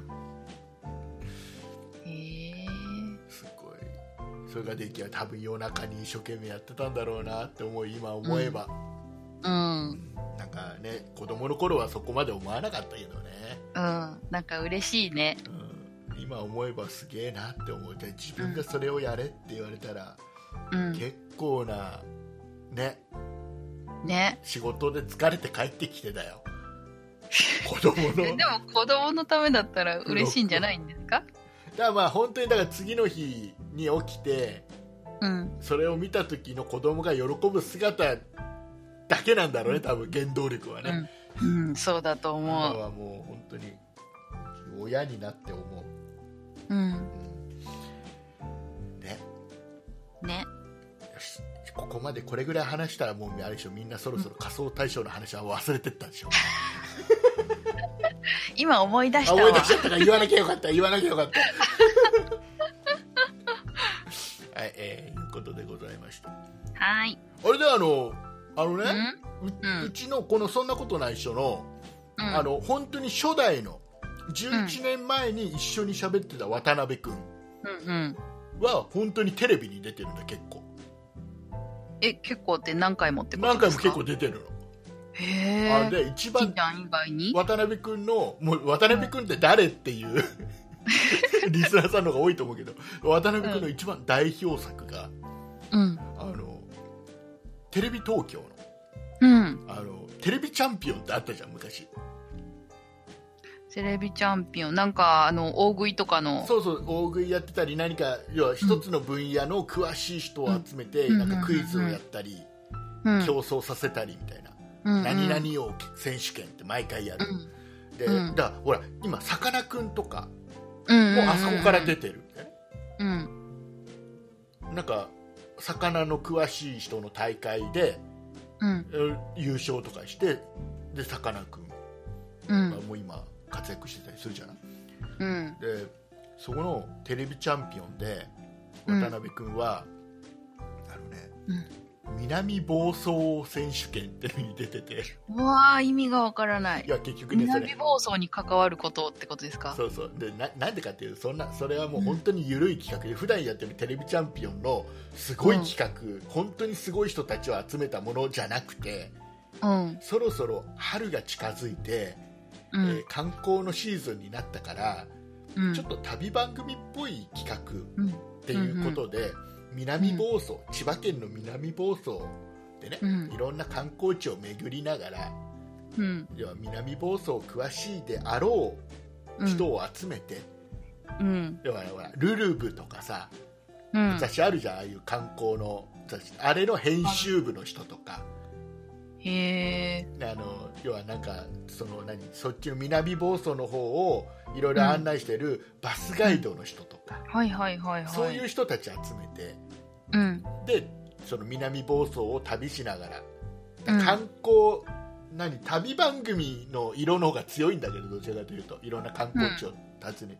[SPEAKER 1] へえ。
[SPEAKER 2] すごいそれができは多分夜中に一生懸命やってたんだろうなって思う今思えば、
[SPEAKER 1] うん。
[SPEAKER 2] なんかね子供の頃はそこまで思わなかったけどね、
[SPEAKER 1] うん。なんか嬉しいね。
[SPEAKER 2] うん、今思えばすげえなって思って自分がそれをやれって言われたら、
[SPEAKER 1] うん。
[SPEAKER 2] 結構なね
[SPEAKER 1] ね。
[SPEAKER 2] 仕事で疲れて帰ってきて
[SPEAKER 1] (laughs)
[SPEAKER 2] だよ子供
[SPEAKER 1] え
[SPEAKER 2] の
[SPEAKER 1] でも子供のためだったら嬉しいんじゃないんですか
[SPEAKER 2] だからまあ本当にだから次の日に起きて
[SPEAKER 1] うん。
[SPEAKER 2] それを見た時の子供が喜ぶ姿だけなんだろうね多分原動力はね、
[SPEAKER 1] うん。うん、そうだと
[SPEAKER 2] 今
[SPEAKER 1] 思う。
[SPEAKER 2] はもう本当に親になって思う、
[SPEAKER 1] うん。
[SPEAKER 2] うんね
[SPEAKER 1] ね。
[SPEAKER 2] よしここまでこれぐらい話したらもうあれでしょみんなそろそろ仮想対象の話は忘れてったでしょ、
[SPEAKER 1] 今思い出し
[SPEAKER 2] あ
[SPEAKER 1] た
[SPEAKER 2] 思い出
[SPEAKER 1] わ
[SPEAKER 2] し。ちゃったから言わなきゃよかった言わなきゃよかったはいえー、いうことでございましたあ
[SPEAKER 1] はい。
[SPEAKER 2] れであのあの
[SPEAKER 1] うん
[SPEAKER 2] ねう,、
[SPEAKER 1] うん
[SPEAKER 2] ちのこの「そんなことないっしょの」
[SPEAKER 1] うん
[SPEAKER 2] あの本当に初代の11年前に一緒に喋ってた渡辺君
[SPEAKER 1] うんうん。
[SPEAKER 2] は本当にテレビに出てるんだ結構
[SPEAKER 1] え、結構って何回もってこと
[SPEAKER 2] 何
[SPEAKER 1] で
[SPEAKER 2] 回
[SPEAKER 1] す
[SPEAKER 2] も
[SPEAKER 1] か
[SPEAKER 2] 結構出てるの、
[SPEAKER 1] へ
[SPEAKER 2] あ
[SPEAKER 1] え。
[SPEAKER 2] で一
[SPEAKER 1] 金
[SPEAKER 2] 番
[SPEAKER 1] ちゃん以外に
[SPEAKER 2] 渡辺君のもう渡辺君って誰っていう
[SPEAKER 1] (laughs)
[SPEAKER 2] リスナーさんの方が多いと思うけど渡辺君の一番代表作が、
[SPEAKER 1] うん。
[SPEAKER 2] あのテレビ東京
[SPEAKER 1] う
[SPEAKER 2] の
[SPEAKER 1] ん。
[SPEAKER 2] あのテレビチャンピオンってあったじゃん昔
[SPEAKER 1] テレビチャンピオン。なんか、あの、大食いとかの。
[SPEAKER 2] そうそう大食いやってたり何か要は一つの分野の詳しい人を集めて、
[SPEAKER 1] うん
[SPEAKER 2] なんかクイズをやったり、
[SPEAKER 1] うん。
[SPEAKER 2] 競争させたりみたいな、
[SPEAKER 1] うん
[SPEAKER 2] 何々王選手権って毎回やる、で
[SPEAKER 1] うん
[SPEAKER 2] だからほら今さかなクンとか
[SPEAKER 1] うん。
[SPEAKER 2] もうあそこから出
[SPEAKER 1] て。
[SPEAKER 2] てるみたいな、
[SPEAKER 1] うん。
[SPEAKER 2] なんか魚の詳しい人の大会で
[SPEAKER 1] うん。
[SPEAKER 2] えー優勝とかしてでさかなクン
[SPEAKER 1] う
[SPEAKER 2] が
[SPEAKER 1] ん。
[SPEAKER 2] もう今活躍してたりするじゃない
[SPEAKER 1] うん。
[SPEAKER 2] でそこのテレビチャンピオンで
[SPEAKER 1] うん
[SPEAKER 2] 渡辺君は、あのね、
[SPEAKER 1] うん
[SPEAKER 2] 南房総選手権っていうのに出てて
[SPEAKER 1] うわあ、意味がわからない
[SPEAKER 2] い。や結局ねそ
[SPEAKER 1] 南
[SPEAKER 2] れ
[SPEAKER 1] 房総に関わることってことですか
[SPEAKER 2] そうそうでななんでかっていうとそんなそれはもう本当に緩い企画で、普段やってるテレビチャンピオンのすごい企画、本当にすごい人たちを集めたものじゃなくて
[SPEAKER 1] うん
[SPEAKER 2] そろそろ春が近づいて、
[SPEAKER 1] う
[SPEAKER 2] えー
[SPEAKER 1] ん
[SPEAKER 2] 観光のシーズンになったから、
[SPEAKER 1] うん
[SPEAKER 2] ちょっと旅番組っぽい企画
[SPEAKER 1] うん
[SPEAKER 2] っていうことで、南房総、千葉県の南房総でね、
[SPEAKER 1] うん
[SPEAKER 2] いろんな観光地を巡りながら
[SPEAKER 1] うん
[SPEAKER 2] 要は南房総詳しいであろ
[SPEAKER 1] う
[SPEAKER 2] うん人を集めて、
[SPEAKER 1] うん
[SPEAKER 2] 要はほらルルブとかさ
[SPEAKER 1] うん
[SPEAKER 2] 雑誌あるじゃんああいう観光の雑誌あれの編集部の人とか。
[SPEAKER 1] へえ
[SPEAKER 2] あの要はなんかその何そっちの南房総の方をいろいろ案内してるバスガイドの人とか、
[SPEAKER 1] はいはいはいはい
[SPEAKER 2] そういう人たち集めて
[SPEAKER 1] うん
[SPEAKER 2] でその南房総を旅しながら
[SPEAKER 1] うん
[SPEAKER 2] 観光、何旅番組の色の方が強いんだけどどちらかというといろんな観光地を訪ねて、で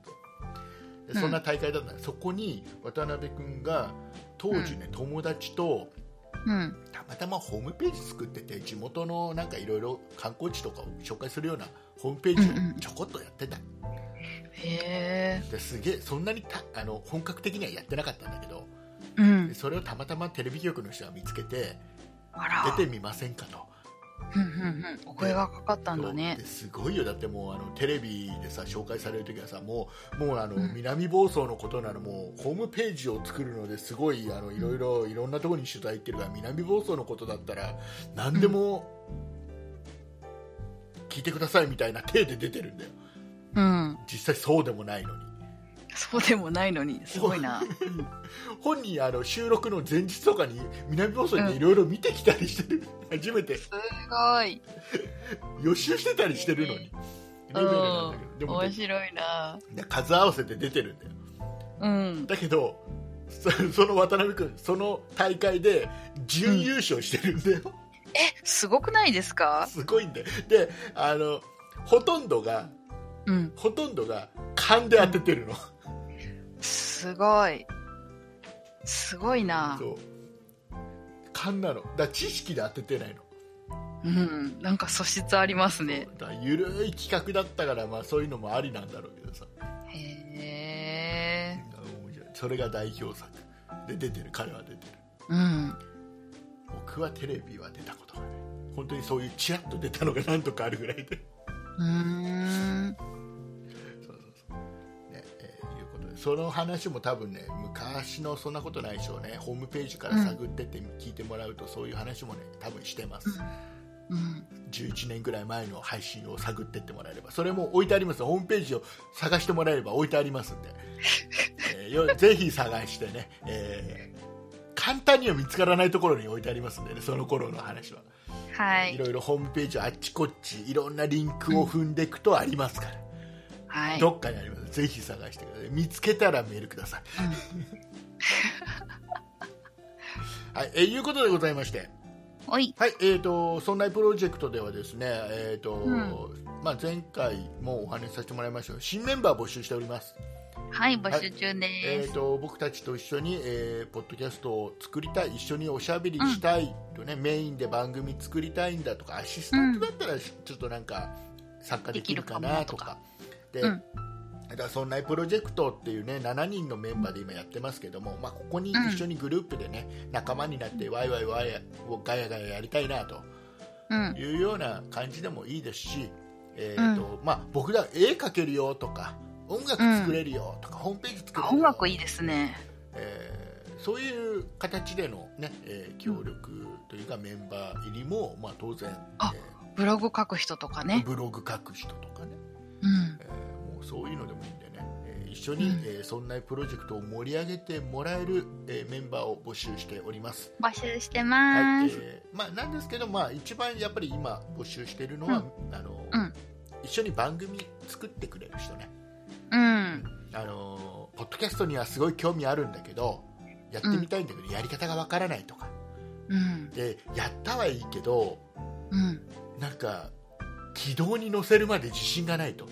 [SPEAKER 1] うん
[SPEAKER 2] そんな大会だったのそこに渡辺君が当時ね、友達と
[SPEAKER 1] うん
[SPEAKER 2] たまたまホームページ作ってて地元のなんかいろいろ観光地とかを紹介するようなホームページ
[SPEAKER 1] うんうん
[SPEAKER 2] をちょこっとやってた、
[SPEAKER 1] へえ
[SPEAKER 2] ですげえそんなにたあの本格的にはやってなかったんだけど
[SPEAKER 1] う
[SPEAKER 2] で
[SPEAKER 1] ん
[SPEAKER 2] それをたまたまテレビ局の人が見つけて
[SPEAKER 1] あら
[SPEAKER 2] 出てみませんかと
[SPEAKER 1] ふんふんふんお声がかかったんだね
[SPEAKER 2] ですごいよだってもうあのテレビでさ紹介される時はさもうもうあの、南房総のことならもうホームページを作るのですごいあのいろいろいろんなところに取材行ってるから南房総のことだったら何でも聞いてくださいみたいな体で出てるんだよ
[SPEAKER 1] うん
[SPEAKER 2] 実際そうでもないのに
[SPEAKER 1] そうでもないのにすごいな
[SPEAKER 2] 本人あの収録の前日とかに南房総でいろいろ見てきたりしてる、初めて
[SPEAKER 1] すごい
[SPEAKER 2] 予習してたりしてるのにレベルなんだけどでも
[SPEAKER 1] 面白いな
[SPEAKER 2] で数合わせて出てるんだよ
[SPEAKER 1] うん
[SPEAKER 2] だけどそその渡辺君その大会で準優勝してるんだよ、
[SPEAKER 1] えすごくないですか
[SPEAKER 2] すごいんだよであのほとんどが
[SPEAKER 1] うん
[SPEAKER 2] ほとんどが勘で当ててるの、
[SPEAKER 1] すごいすごいな
[SPEAKER 2] そう勘なのだから知識で当ててないの
[SPEAKER 1] うんなんか素質ありますね
[SPEAKER 2] だからゆるい企画だったから、まあ、そういうのもありなんだろうけどさ
[SPEAKER 1] へえ
[SPEAKER 2] 面白いそれが代表作で出てる彼は出てる
[SPEAKER 1] うん
[SPEAKER 2] 僕はテレビは出たことがない本当にそういうチラッと出たのが何とかあるぐらいで
[SPEAKER 1] うーん
[SPEAKER 2] そうそうそう。ね、えーいうことで、その話も多分ね、昔のそんなことないでしょうね、ホームページから探ってって聞いてもらうと、そういう話もね、多分してます。
[SPEAKER 1] うん
[SPEAKER 2] 11年ぐらい前の配信を探ってってもらえれば、それも置いてあります。ホームページを探してもらえれば置いてありますんで、えーよぜひ探してね、えー簡単には見つからないところに置いてありますんでね、その頃の話は。
[SPEAKER 1] はいい
[SPEAKER 2] ろいろホームページをあっちこっち、いろんなリンクを踏んでいくとありますから。
[SPEAKER 1] はい
[SPEAKER 2] どっかにあります。ぜひ探してください。見つけたらメールください。はい、えーいうことでございまして、
[SPEAKER 1] おい
[SPEAKER 2] はい、えっ、と、そんなプロジェクトではですね、えっ、と、
[SPEAKER 1] うん
[SPEAKER 2] まあ、前回もお話しさせてもらいましたが、新メンバー募集しております。
[SPEAKER 1] はい募集中
[SPEAKER 2] え
[SPEAKER 1] で
[SPEAKER 2] ー、
[SPEAKER 1] す
[SPEAKER 2] と僕たちと一緒に、えーポッドキャストを作りたい一緒におしゃべりしたいとね、メインで番組作りたいんだとかアシスタントだったらしちょっとなんか参加できるかなとか。で
[SPEAKER 1] うん
[SPEAKER 2] だからそんなプロジェクトっていうね7人のメンバーで今やってますけども、まあ、ここに一緒にグループでね仲間になってワイワイワイをガヤガヤやりたいなと
[SPEAKER 1] うん
[SPEAKER 2] いうような感じでもいいですし、えーとまあ、僕ら絵描けるよとか音楽作れるよとか、ホームページ作れるよ
[SPEAKER 1] あ音楽いいですね
[SPEAKER 2] えーそういう形での、ねえー協力というかメンバー入りも、まあ、当然、
[SPEAKER 1] あ
[SPEAKER 2] え
[SPEAKER 1] ブログ書く人とか
[SPEAKER 2] ー
[SPEAKER 1] ね
[SPEAKER 2] ブログ書く人とかね、
[SPEAKER 1] うん
[SPEAKER 2] えーもうそういうのでもいいんでね、えー一緒に、
[SPEAKER 1] うん
[SPEAKER 2] えーそんなプロジェクトを盛り上げてもらえる、えーメンバーを募集しております。
[SPEAKER 1] 募集して
[SPEAKER 2] は
[SPEAKER 1] ま
[SPEAKER 2] い
[SPEAKER 1] す
[SPEAKER 2] えーまあ、なんですけど、まあ、一番やっぱり今募集しているのは、あの
[SPEAKER 1] うん
[SPEAKER 2] 一緒に番組作ってくれる人ね
[SPEAKER 1] うん
[SPEAKER 2] あのポッドキャストにはすごい興味あるんだけどやってみたいんだけど、やり方がわからないとか
[SPEAKER 1] うん
[SPEAKER 2] でやったはいいけど
[SPEAKER 1] うん
[SPEAKER 2] なんか軌道に乗せるまで自信がないと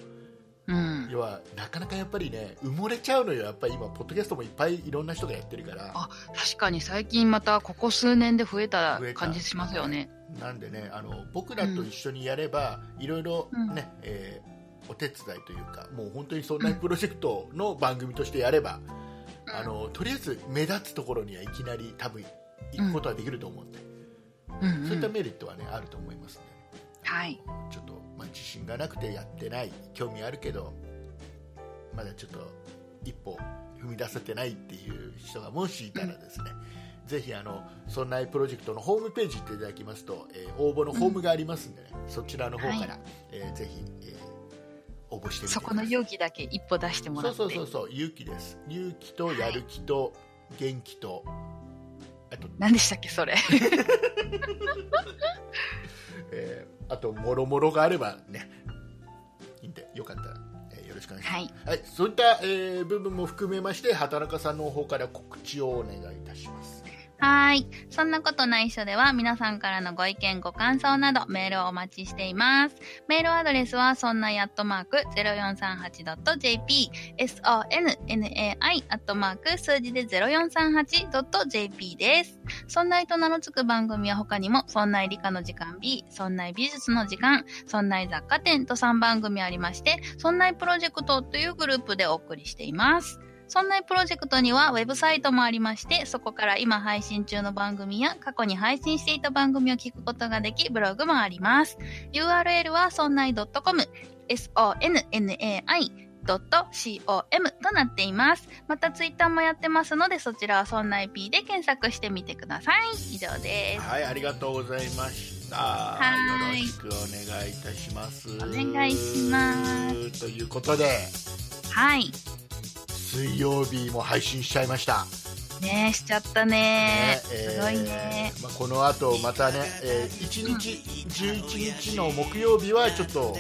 [SPEAKER 1] うん
[SPEAKER 2] 要はなかなかやっぱりね埋もれちゃうのよやっぱり今ポッドキャストもいっぱいいろんな人がやってるから
[SPEAKER 1] あ確かに最近またここ数年で増えた
[SPEAKER 2] 増えた
[SPEAKER 1] 感じしますよね
[SPEAKER 2] なんでねあの僕らと一緒にやれば、いろいろ
[SPEAKER 1] うん
[SPEAKER 2] ね、えーお手伝いというかもう本当にそんなプロジェクトの番組としてやれば、
[SPEAKER 1] うん
[SPEAKER 2] あのとりあえず目立つところにはいきなり多分行くことはできると思うんで、
[SPEAKER 1] うんうん
[SPEAKER 2] そういったメリットはねあると思いますね
[SPEAKER 1] はい
[SPEAKER 2] ちょっと、まあ、自信がなくてやってない興味あるけどまだちょっと一歩踏み出せてないっていう人がもしいたらですね、ぜひあのそんなプロジェクトのホームページ行っていただきますと、えー応募のホームがありますんでね、そちらの方から、えーぜひ、えー応募してみて
[SPEAKER 1] そこの
[SPEAKER 2] くだ
[SPEAKER 1] 勇気だけ一歩出しても
[SPEAKER 2] さ
[SPEAKER 1] ら
[SPEAKER 2] い
[SPEAKER 1] って
[SPEAKER 2] そうそうそうそう勇気です勇気とやる気と元気と、あと
[SPEAKER 1] 何でしたっけ
[SPEAKER 2] (laughs)
[SPEAKER 1] それ
[SPEAKER 2] えーあともろもろがあればねいいんでよかったら、えーよろしくお願いします、
[SPEAKER 1] はい
[SPEAKER 2] はい、そういった、えー部分も含めまして畑中さんの方から告知をお願いいたします
[SPEAKER 1] はいそんなことないっしょでは皆さんからのご意見ご感想などメールをお待ちしていますメールアドレスはそんなやっとマーク 0438.jp sonnai アットマーク数字で 0438.jp ですそんないと名の付く番組は他にも、そんない理科の時間 B、そんない美術の時間、そんない雑貨店と3番組ありまして、そんないプロジェクトというグループでお送りしています。そんなプロジェクトにはウェブサイトもありまして、そこから今配信中の番組や過去に配信していた番組を聞くことができ、ブログもあります。URL はそんない .com、sonnai.com となっています。またツイッターもやってますので、そちらはそんない P で検索してみてください。以上です。
[SPEAKER 2] はい、ありがとうございました。
[SPEAKER 1] は
[SPEAKER 2] よ
[SPEAKER 1] い
[SPEAKER 2] ろしくお願いいたします。お。
[SPEAKER 1] 願いします
[SPEAKER 2] ということで、
[SPEAKER 1] はい。
[SPEAKER 2] 水曜日も配信しちゃいました。
[SPEAKER 1] ねえ、しちゃったねすごいね。
[SPEAKER 2] まあ、この後またね、えー、1日、11日の木曜日はちょっと、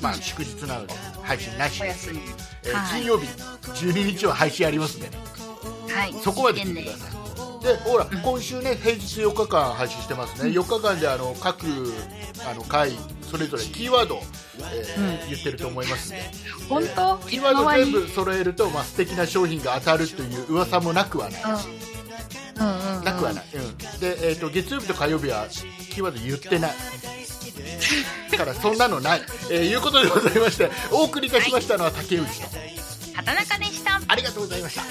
[SPEAKER 2] まあ、祝日なので配信なし
[SPEAKER 3] お
[SPEAKER 2] です
[SPEAKER 3] 休み。
[SPEAKER 2] えー
[SPEAKER 1] はい
[SPEAKER 2] 金曜日、12日は配信ありますね。
[SPEAKER 1] はい。
[SPEAKER 2] そこまで聞いてください。で、ほら、今週ね、平日4日間配信してますね。4日間で、あの、各、あの、回、それぞれキーワード、えー言ってると思いますね。
[SPEAKER 3] 本当
[SPEAKER 2] キーワード全
[SPEAKER 3] いつの間
[SPEAKER 2] 部揃えると、まあ、素敵な商品が当たるという噂もなくはない。
[SPEAKER 3] にうんうんうん
[SPEAKER 2] なくはない。うん。で、えっ、と、月曜日と火曜日は、キーワード言ってない。だから、そんなのない。えーいうことでございまして、お送りいたしましたのは竹内と。
[SPEAKER 1] 畑中でした。あ
[SPEAKER 2] ありがとうございました。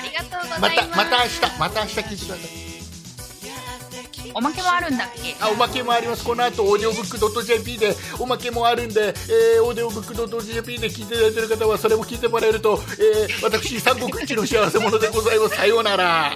[SPEAKER 1] りがとうご
[SPEAKER 2] ま
[SPEAKER 1] ざい
[SPEAKER 2] た、
[SPEAKER 1] ます。
[SPEAKER 2] また明日、また明日聞いてください。
[SPEAKER 1] おまけもあるんだっけ
[SPEAKER 2] あおまけもありますこの後オーディオブックドット JP でおまけもあるんで、えーオーディオブックドット JP で聞いていただいてる方はそれも聞いてもらえると、えー私三国一の幸せ者でございますさようなら